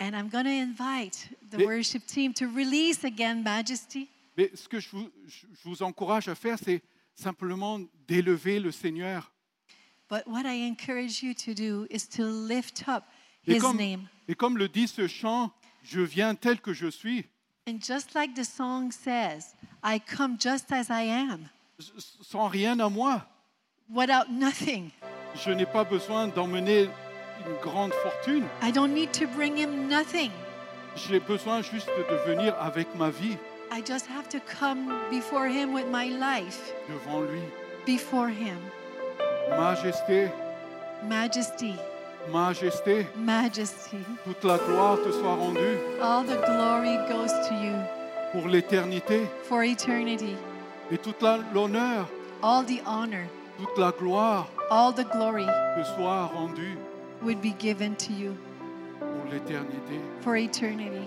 And I'm going to invite the Mais- worship team to release again majesty. Mais ce que je vous, je- je vous encourage à faire, c'est simplement d'élever le Seigneur. But what I encourage you to do is to lift up Et his comme, name. et comme le dit ce chant, je viens tel que je suis. And just like the song says, I come just as I am, s- sans rien à moi. without nothing. Je n'ai pas besoin d'emmener une grande fortune. I don't need to bring him nothing. J'ai besoin juste de venir avec ma vie I just have to come before him with my life, devant lui. before him. Majesté, Majesty, majesté, majesty. toute la gloire te soit rendue All the glory goes to you pour l'éternité for eternity. et toute la- l'honneur, All the honor, toute la gloire all the glory te soit rendue would be given to you pour l'éternité. for eternity.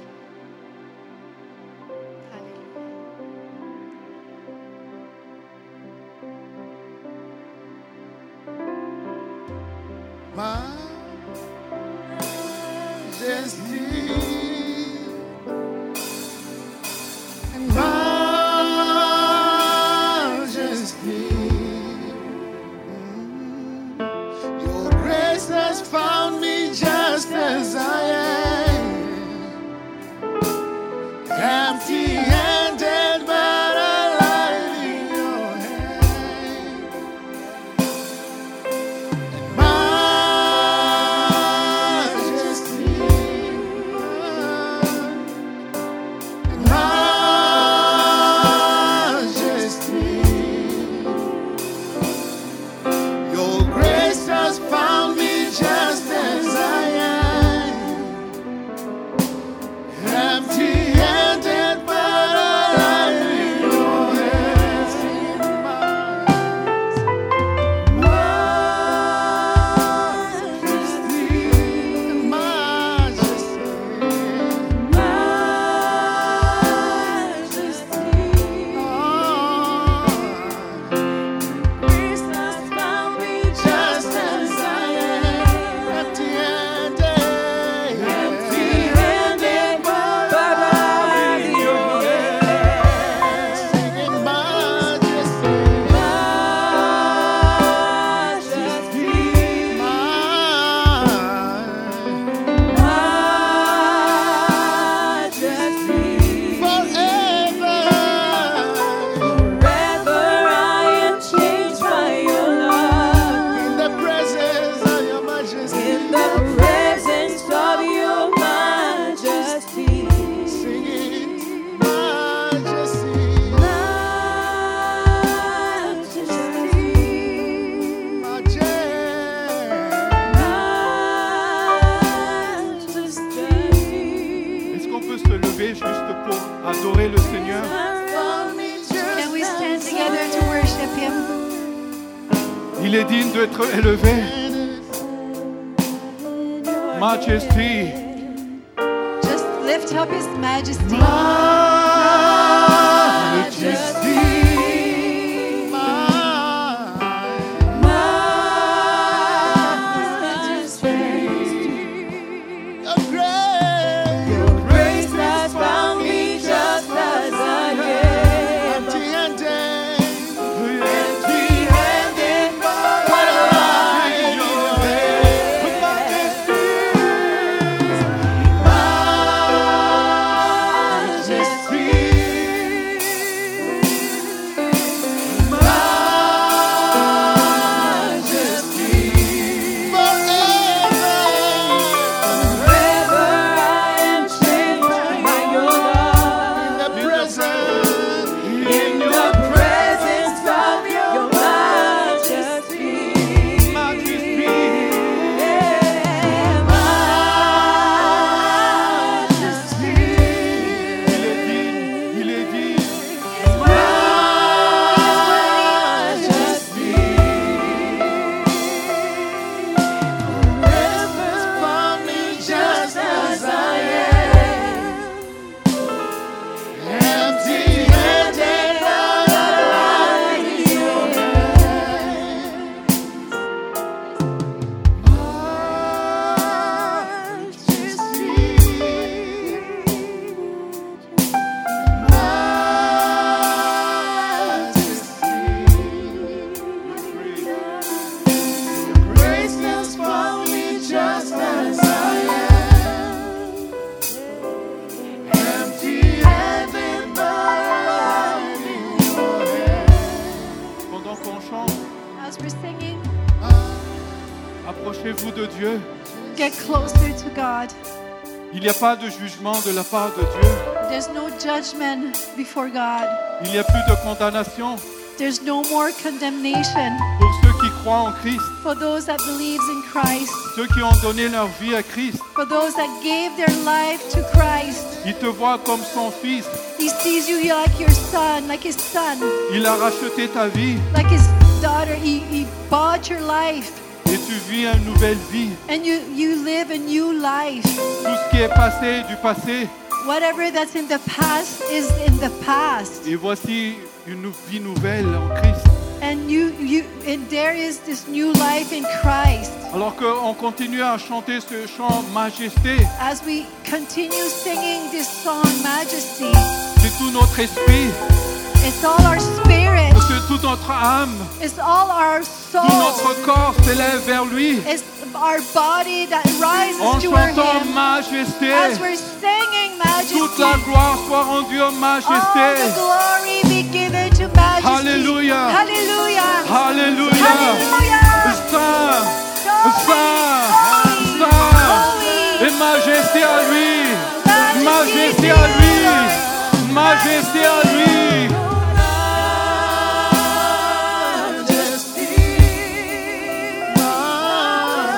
Majesty, Majesty, mm, Your grace has found me just as I am, empty-handed, but alive in Your hand. Majesty, Majesty, adorer le Seigneur. Can we stand together to worship Him? Il est digne d'être élevé. Majesty, Just lift up His Majesty. Majesty, Grace has found me just as I am. Empty-handed, but I your way. Forever, in the presence. in your majesty, il est digne, il est digne. Just as I am. Empty-handed, but I'm in your hand. Pendant qu'on chante, As we're singing, approchez-vous de Dieu. get closer to God. Il n'y a pas de jugement de la part de Dieu. There's no judgment before God. Il n'y a plus de condamnation There's no more condemnation pour ceux qui croient en Christ, for those that believes in Christ, ceux qui ont donné leur vie à Christ. for those that gave their life to Christ. Il te voit comme son fils. He sees you like your son, like his son, Il a racheté ta vie like his daughter. He, he bought your life. et tu vis une nouvelle vie. And you, you live a new life. Tout ce qui est passé est du passé. Whatever that's in the past is in the past. Et voici une nou- vie nouvelle en Christ. And you, you and there is this new life in Christ. Alors qu'on continue à chanter ce chant majesté, As we continue singing this song, Majesty, c'est tout notre esprit, it's all our spirit, c'est toute notre âme, it's all our tout soul, notre corps s'élève vers lui it's our body that en rises to our chantant Him. majesté. As we're singing Toute la Majesty, gloire soit rendue en all the majesté. glory be given to Majesty. Hallelujah. Hallelujah. Alléluia. Hallelujah. Saint, Glory, saint, glory, saint, et majesté à lui, majesté à lui, majesté à lui.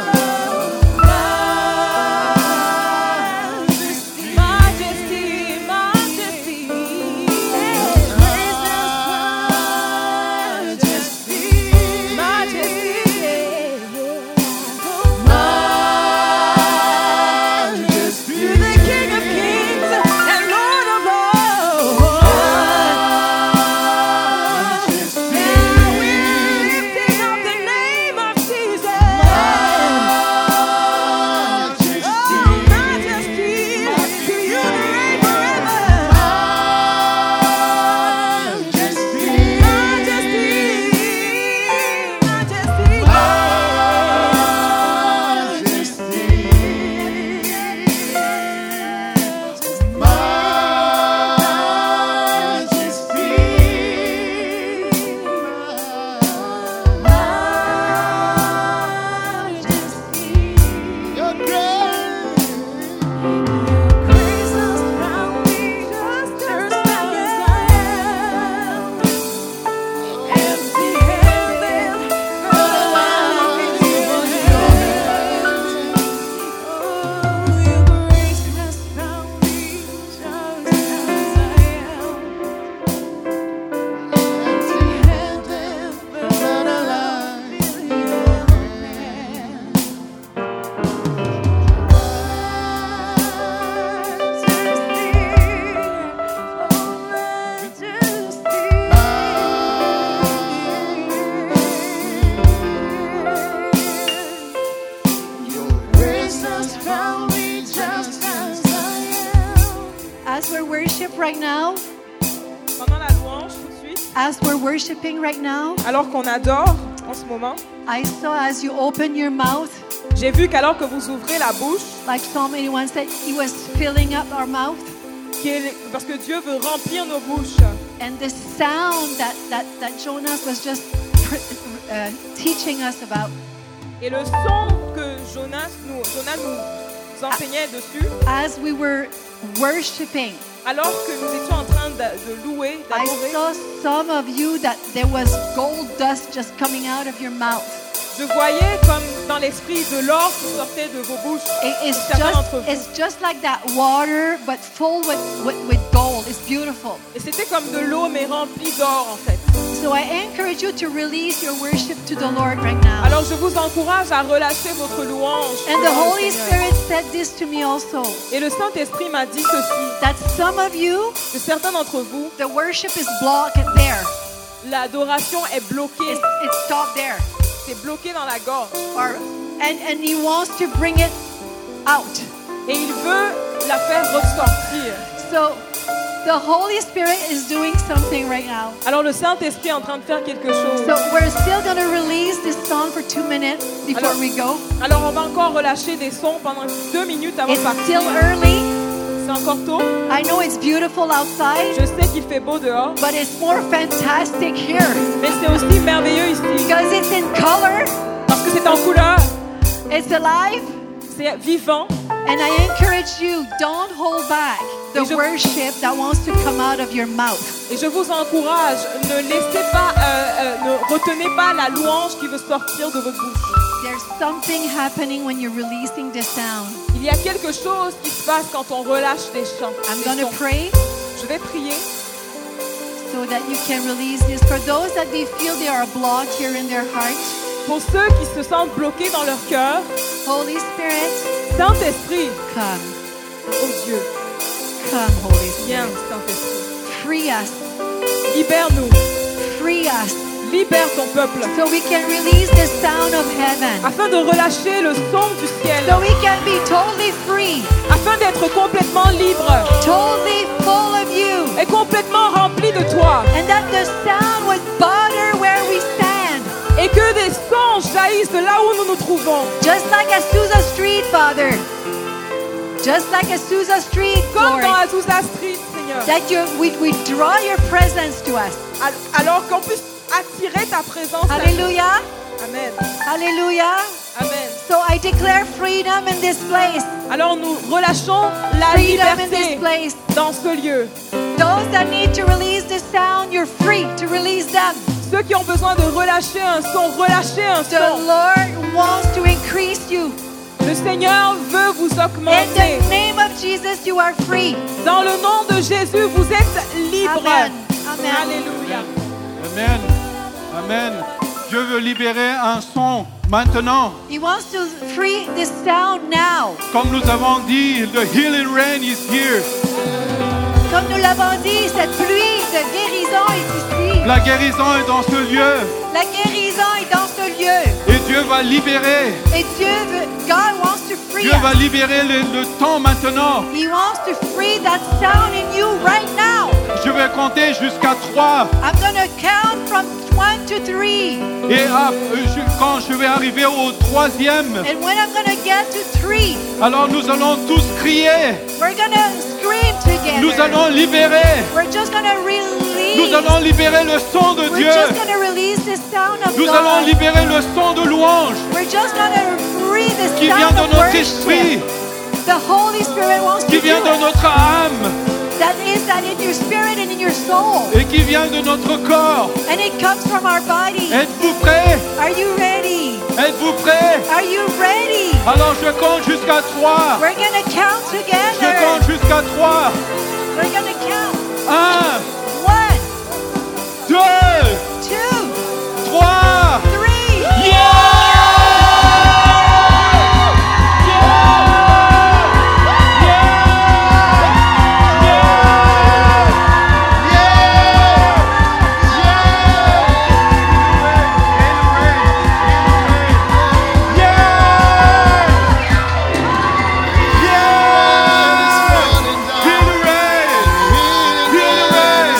Majesty. King of kings and Lord of lords. As we're worshiping right now, alors qu'on adore en ce moment, I saw as you open your mouth, j'ai vu qu'alors que vous ouvrez la bouche, like someone said, He was filling up our mouth. qu'il- parce que Dieu veut remplir nos bouches. And the sound that, that, that Jonas was just pr- uh, teaching us about, Et le son que Jonas nous, Jonas nous enseignait dessus, as we were worshiping, alors que nous étions en train de, de louer, I d'adorer, saw some of you that there was gold dust just coming out of your mouth. je voyais comme dans l'esprit de l'or qui sortait de vos bouches. It is pour certains just, d'entre vous. it's just like that water, but full with, with, with gold. It's beautiful. Et c'était comme de l'eau mais remplie d'or en fait. So I encourage you to release your worship to the Lord right now. Alors je vous encourage à relâcher votre louange. And the devant le Holy Seigneur. Spirit said this to me also Et le Saint-Esprit m'a dit ceci, that some of you, que certains d'entre vous, the worship is blocked there. l'adoration est bloquée, It's, it's stopped there. c'est bloqué dans la gorge. Or, and, and He wants to bring it out. Et il veut la faire ressortir. So the Holy Spirit is doing something right now. Alors le Saint-Esprit est en train de faire quelque chose. So we're still going to release this song for two minutes before Alors- we go. Alors on va encore relâcher des sons pendant deux minutes avant It's de partir. still early. C'est encore tôt. I know it's beautiful outside, Je sais qu'il fait beau dehors, but it's more fantastic here mais c'est aussi merveilleux ici because it's in color, parce que c'est en couleur, it's alive, c'est vivant. and I encourage you don't hold back the Et je- worship that wants to come out of your mouth. Et je vous encourage, ne laissez pas, euh, euh, ne retenez pas la louange qui veut sortir de votre bouche. There's something happening when you're releasing the sound. Il y a quelque chose qui se passe quand on relâche des chants. I'm des going to sons. pray Je vais prier so that you can release this. For those that they feel they are blocked here in their heart, pour ceux qui se sentent bloqués dans leur cœur. Holy Spirit, Saint-Esprit, come. oh Dieu, Come, Holy viens, Spirit. Saint-Esprit. Free us. Libère-nous, Free us. libère ton peuple. So we can release the sound of heaven. afin de relâcher le son du ciel, So we can be totally free, afin d'être complètement libre totally full of you. et complètement rempli de toi, And that the sound would butter where we stand. et que des songes jaillissent de là où nous nous trouvons, Just like Azusa Street, Father. Just like Azusa Street, comme Lord. dans Azusa Street, Seigneur, That you, we, we draw your presence to us. Al- alors qu'on puisse attirer ta présence. à nous. Hallelujah. Amen. Hallelujah. Amen. So I declare freedom in this place. Alors nous relâchons la Freedom in this liberté place. dans ce lieu. Those that need to release the sound, you're free to release them. Ceux qui ont besoin de relâcher un son, relâchez un The son. Lord wants to increase you. Le Seigneur veut vous In augmenter. the name of Jesus, you are free. Dans le nom de Jésus, vous êtes libre. Amen. Amen. Alléluia. Amen. Amen. Dieu veut libérer un son maintenant. He wants to free the sound now. Comme nous avons dit, the healing rain is here. Comme nous l'avons dit, cette pluie de guérison est ici. La guérison est dans ce lieu La guérison est dans ce lieu. et Dieu va libérer. Et Dieu veut, God wants to free Dieu us. va libérer le, le temps maintenant. He wants to free that sound in you right now. Je vais compter jusqu'à trois I'm going to count from one to three. et à- euh, je- quand je vais arriver au troisième, And when I'm going to get to three, alors nous allons tous crier. we're going to scream together. Nous allons libérer. We're just going to release. Nous allons libérer le son de We're Dieu. just going to release the sound of Nous God. allons libérer le son de louange We're just going to free the qui sound vient de of notre worship. esprit, The Holy Spirit wants qui to vient do de it. notre âme That is that in your spirit and in your soul. et qui vient de notre corps. And it comes from our body. Êtes-vous prêts Are you ready? Êtes-vous prêts Are you ready? Alors je compte jusqu'à trois. We're going to count Je together. compte jusqu'à trois. We're going to count. Un, One, deux, two, trois. three. It's falling down. Libéré. Healing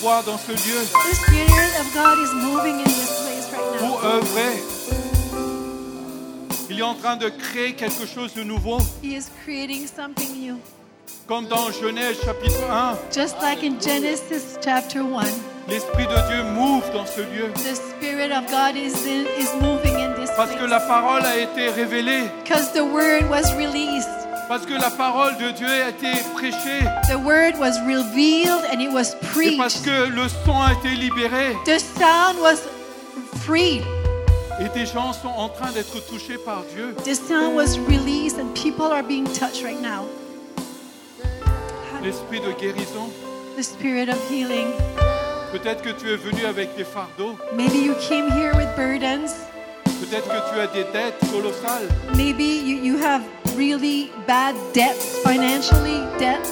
gloire dans ce lieu The Spirit of God is moving in this place right now. pour œuvrer. Il est en train de créer quelque chose de nouveau, He is creating something new. comme dans Genèse chapitre 1. Just like in Genesis chapter 1, L'Esprit de Dieu move dans ce lieu, the Spirit of God is, in, is moving in this parce que place. la parole a été révélée, Because the Word was released. parce que la parole de Dieu a été prêchée, The Word was revealed and it was et parce preached. que le son a été libéré, The sound was freed. et des gens sont en train d'être touchés par Dieu. The sound was released and people are being touched right now. L'Esprit de guérison, The Spirit of healing. peut-être que tu es venu avec des fardeaux, Maybe you came here with burdens. peut-être que tu as des dettes colossales. Maybe you, you have really bad debts, financially debts.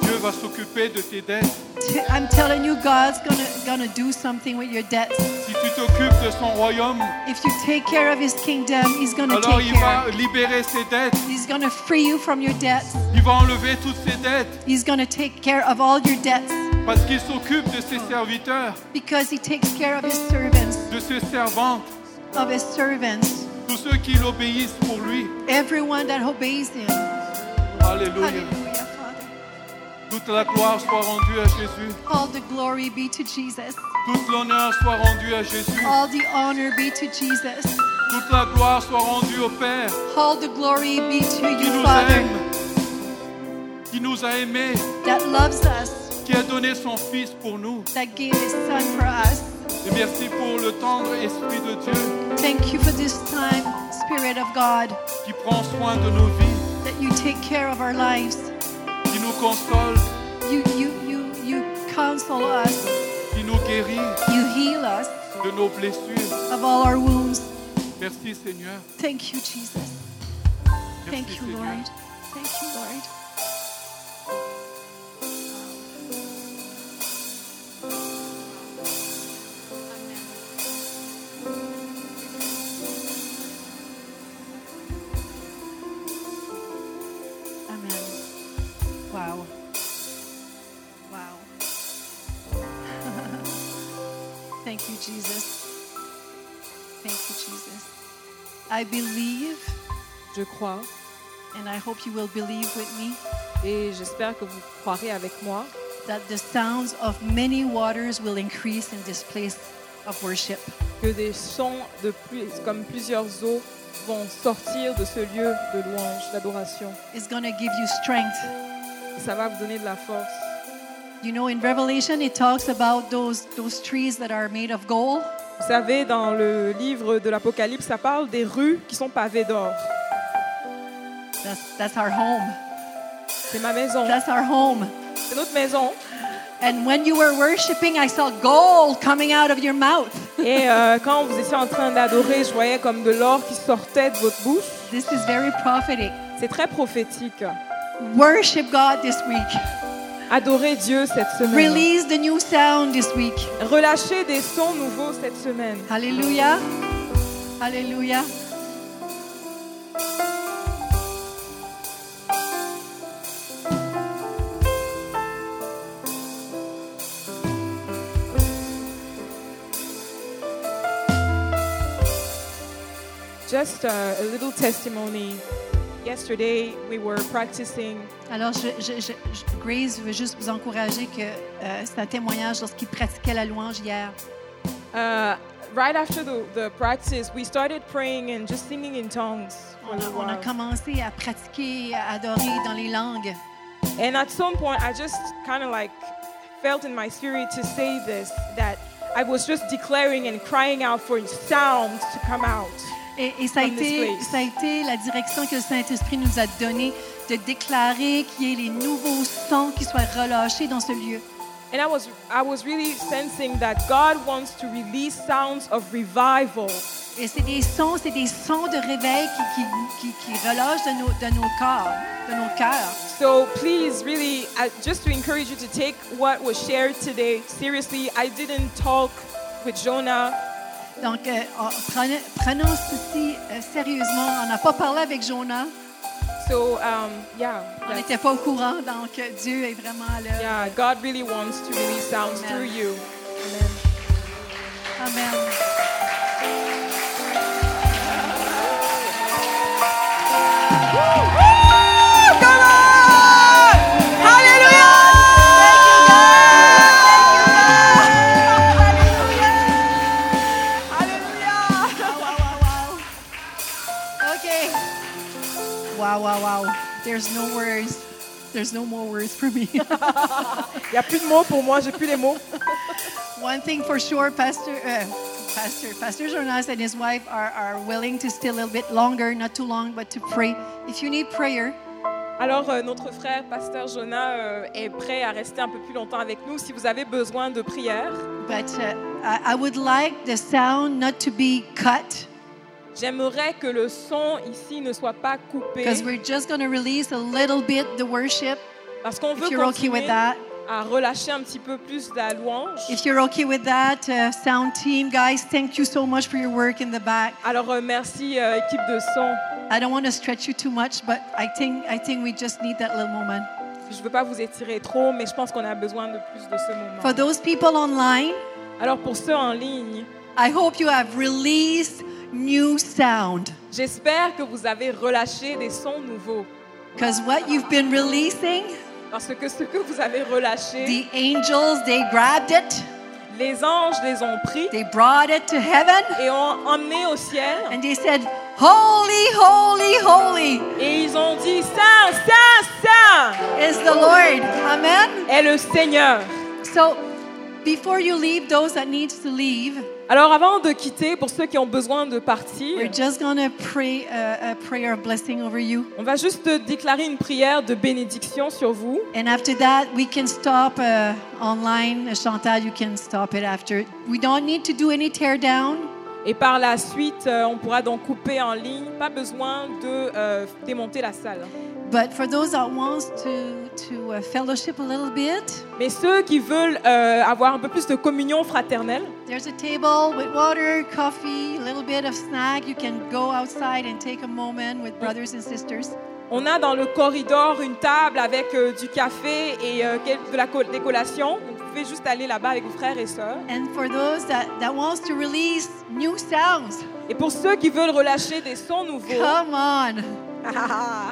Dieu va s'occuper de tes dettes. T- I'm telling you, God's gonna gonna do something with your debts. Si tu t'occupes de son royaume, If you take care of His kingdom, He's gonna alors take il va care. libérer ses dettes. He's gonna free you from your debts. Il va enlever toutes ses dettes He's gonna take care of all your debts parce qu'il s'occupe de ses serviteurs, because He takes care of His servants, de ses servantes, of His servants, tous ceux qui l'obéissent pour lui. everyone that obeys Him. Alléluia. Hallelujah, Father. Toute la gloire soit rendue à Jésus. All the glory be to Jesus. Toute l'honneur soit rendue à Jésus. All the honor be to Jesus. Toute la gloire soit rendue au Père All the glory be to qui you, nous Father, aime, qui nous a aimés, that loves us, qui a donné son Fils pour nous. that gave His Son for us. Et merci pour le tendre Esprit de Dieu Thank you for this time, Spirit of God, qui prend soin de nos vies, that you take care of our lives. qui nous console, You, you, you, you counsel us. qui nous guérit. You heal us de nos blessures. of all our wounds. Merci Seigneur. Thank you, Jesus. Merci, Thank you, Seigneur. Lord. Thank you, Lord. Amen. Wow. Wow. Thank you, Jesus. Thank you, Jesus. I believe Je crois and I hope you will believe with me et j'espère que vous croirez avec moi that the sounds of many waters will increase in this place of worship. que des chants de plus, comme plusieurs eaux vont sortir de ce lieu de louange, d'adoration. It's going to give you strength. Et Ça va vous donner de la force. You know, in Revelation, it talks about those, those trees that are made of gold. Vous savez, dans le livre de l'Apocalypse, ça parle des rues qui sont pavées d'or. That's, that's our home. C'est ma maison, That's our home. c'est notre maison. And when you were worshiping, I saw gold coming out of your mouth. Et euh, quand vous étiez en train d'adorer, je voyais comme de l'or qui sortait de votre bouche. This is very prophetic. C'est très prophétique. Worship God this week. Adorez Dieu cette semaine. Release the new sound this week. Relâchez des sons nouveaux cette semaine. Hallelujah. Hallelujah. Just uh, a little testimony. Yesterday, we were practicing. Alors, je, je, je, je- Grace veut juste vous encourager que euh, c'est un témoignage lorsqu'il pratiquait la louange hier. Uh, right after the, the practice, we started praying and just singing in tongues for On a a, little on a while. commencé à pratiquer, à adorer dans les langues. And at some point, I just kind of like felt in my spirit to say this that I was just declaring and crying out for sounds to come out. Et, et ça, a From this été, place. ça a été la direction que le Saint-Esprit nous a donnée de déclarer qu'il y ait les nouveaux sons qui soient relâchés dans ce lieu. And I was, I was really sensing that God wants to release sounds of revival. Et c'est des sons, c'est des sons de réveil qui, qui, qui, qui relâchent de nos, de nos corps, de nos cœurs. So please, really, I, just to encourage you to take what was shared today seriously. I didn't talk with Jonah. Donc, oh, euh, en- prenons, prenons ceci euh, sérieusement. On n'a pas parlé avec Jonah. So, um, yeah. On that's- n'était pas au courant, donc Dieu est vraiment là. Yeah, God really wants to release sounds Amen. through you. Amen. Okay. Wow, wow, wow. There's no words. There's no more words for me. Il n'y a plus de mots pour moi, j'ai plus les mots. One thing for sure, Pastor, uh, Pastor, Pastor Jonas and his wife are, are willing to stay a little bit longer, not too long, but to pray. If you need prayer, Alors, euh, notre frère, pasteur Jonah, euh, est prêt à rester un peu plus longtemps avec nous si vous avez besoin de prière. but uh, I, I would like the sound not to be cut J'aimerais que le son ici ne soit pas coupé because we're just going to release a little bit the worship. parce qu'on If veut you're okay with that, continuer à relâcher un petit peu plus la louange. if you're okay with that, uh, sound team, guys, thank you so much for your work in the back. Alors, euh, merci, euh, équipe de son. I don't want to stretch you too much, but I think I think we just need that little moment. Je ne veux pas vous étirer trop, mais je pense qu'on a besoin de plus de ce For moment. those people online, Alors, pour ceux en ligne, I hope you have released new sound. j'espère que vous avez relâché des sons nouveaux. Because what you've been releasing, Parce que ce que vous avez relâché, the angels, they grabbed it, les anges les ont pris they brought it to heaven, et ont emmené au ciel. and they said, Holy, holy, holy Et ils ont dit, Saint, Saint, Saint is the Lord. Amen. est le Seigneur. So before you leave, those that needs to leave, Alors avant de quitter, pour ceux qui ont besoin de we're partir, just going to pray a, a prayer of blessing over you. on va juste déclarer une prière de bénédiction sur vous. And after that, we can stop uh, online. Chantal, you can stop it after. We don't need to do any tear down. Et par la suite, euh, on pourra donc couper en ligne. Pas besoin de euh, démonter la salle. But for those that wants to to uh, fellowship a little bit, Mais ceux qui veulent euh, avoir un peu plus de communion fraternelle, there's a table with water, coffee, a little bit of snack. You can go outside and take a moment with brothers and sisters. on a dans le corridor une table avec euh, du café et euh, quel- de la col- des collations. Vous pouvez juste aller là-bas avec vos frères et sœurs. And for those that that wants to release new sounds, Et pour ceux qui veulent relâcher des sons nouveaux, come on.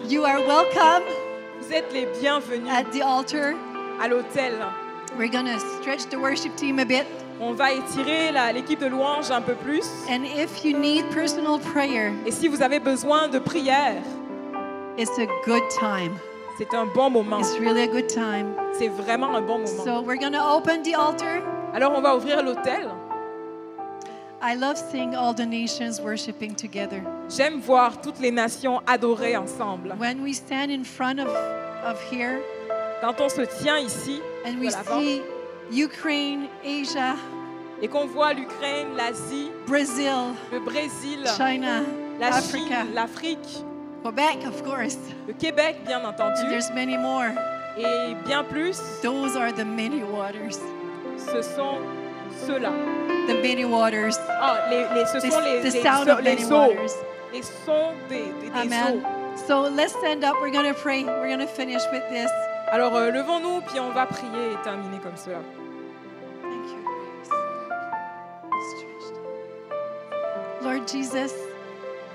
You are welcome vous êtes les bienvenus at the altar. à l'hôtel. We're going to stretch the worship team a bit. On va étirer la- l'équipe de louanges un peu plus. And if you need personal prayer, Et si vous avez besoin de prière, it's a good time. c'est un bon moment. It's really a good time. C'est vraiment un bon moment. So we're going to open the altar. Alors on va ouvrir l'autel. I love seeing all the nations worshiping together. J'aime voir toutes les nations adorer ensemble. When we stand in front of, of here Quand on se tient ici, and we de l'avant, see Ukraine, Asia, et qu'on voit l'Ukraine, l'Asie, Brazil, le Brésil, China, la Africa, Chine, l'Afrique, Quebec, of course, le Québec, bien and entendu, there's many more. et bien plus, Those are the many waters. ce sont ceux-là. The many waters. Ah, les, les- ce The, sont les, the les, sound so- of les many sauts. waters. Les sons des, des, des Amen. sauts. So let's stand up. We're going to pray. We're going to finish with this. Alors euh, levons-nous, puis on va prier et terminer comme cela. Thank you, Grace. Lord Jesus,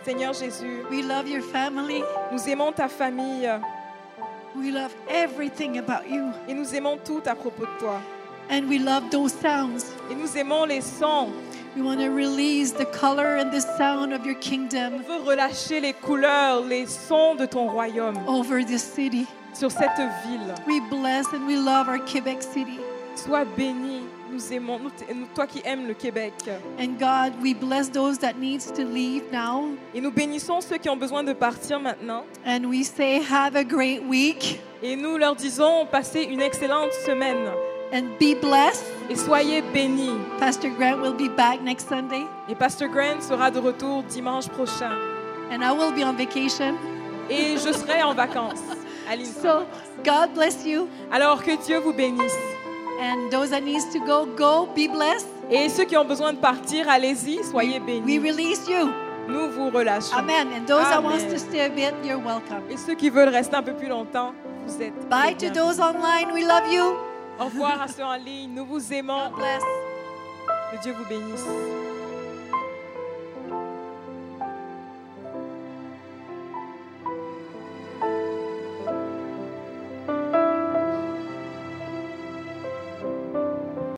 Seigneur Jésus, we love your family. nous aimons ta famille euh, We love everything about you. et nous aimons tout à propos de toi. And we love those sounds. Et nous aimons les sons. We want to release the color and the sound of your On kingdom veut relâcher les couleurs, les sons de ton royaume over this city. sur cette ville. We bless and we love our Quebec City. Sois béni. Nous aimons, nous t- nous- toi qui aimes le Québec. And God, we bless those that needs to leave now. Et nous bénissons ceux qui ont besoin de partir maintenant. And we say, have a great week Et nous leur disons, passez une excellente semaine. and be blessed. Et soyez bénis. Pastor Grant will be back next Sunday. Et Pastor Grant sera de retour dimanche prochain. And I will be on vacation. Et je serai en vacances. à l'INSA. So God bless you. Alors que Dieu vous bénisse. And those that needs to go, go. Be blessed. Et ceux qui ont besoin de partir, allez-y, soyez We bénis. release you. nous vous relâchons. Amen. And those that wants Amen. to stay a bit, you're welcome. Et ceux qui veulent rester un peu plus longtemps, vous êtes. Bye les to bienvenus. those online. We love you. Au revoir à ceux en ligne. Nous vous aimons. God bless. Que Dieu vous bénisse.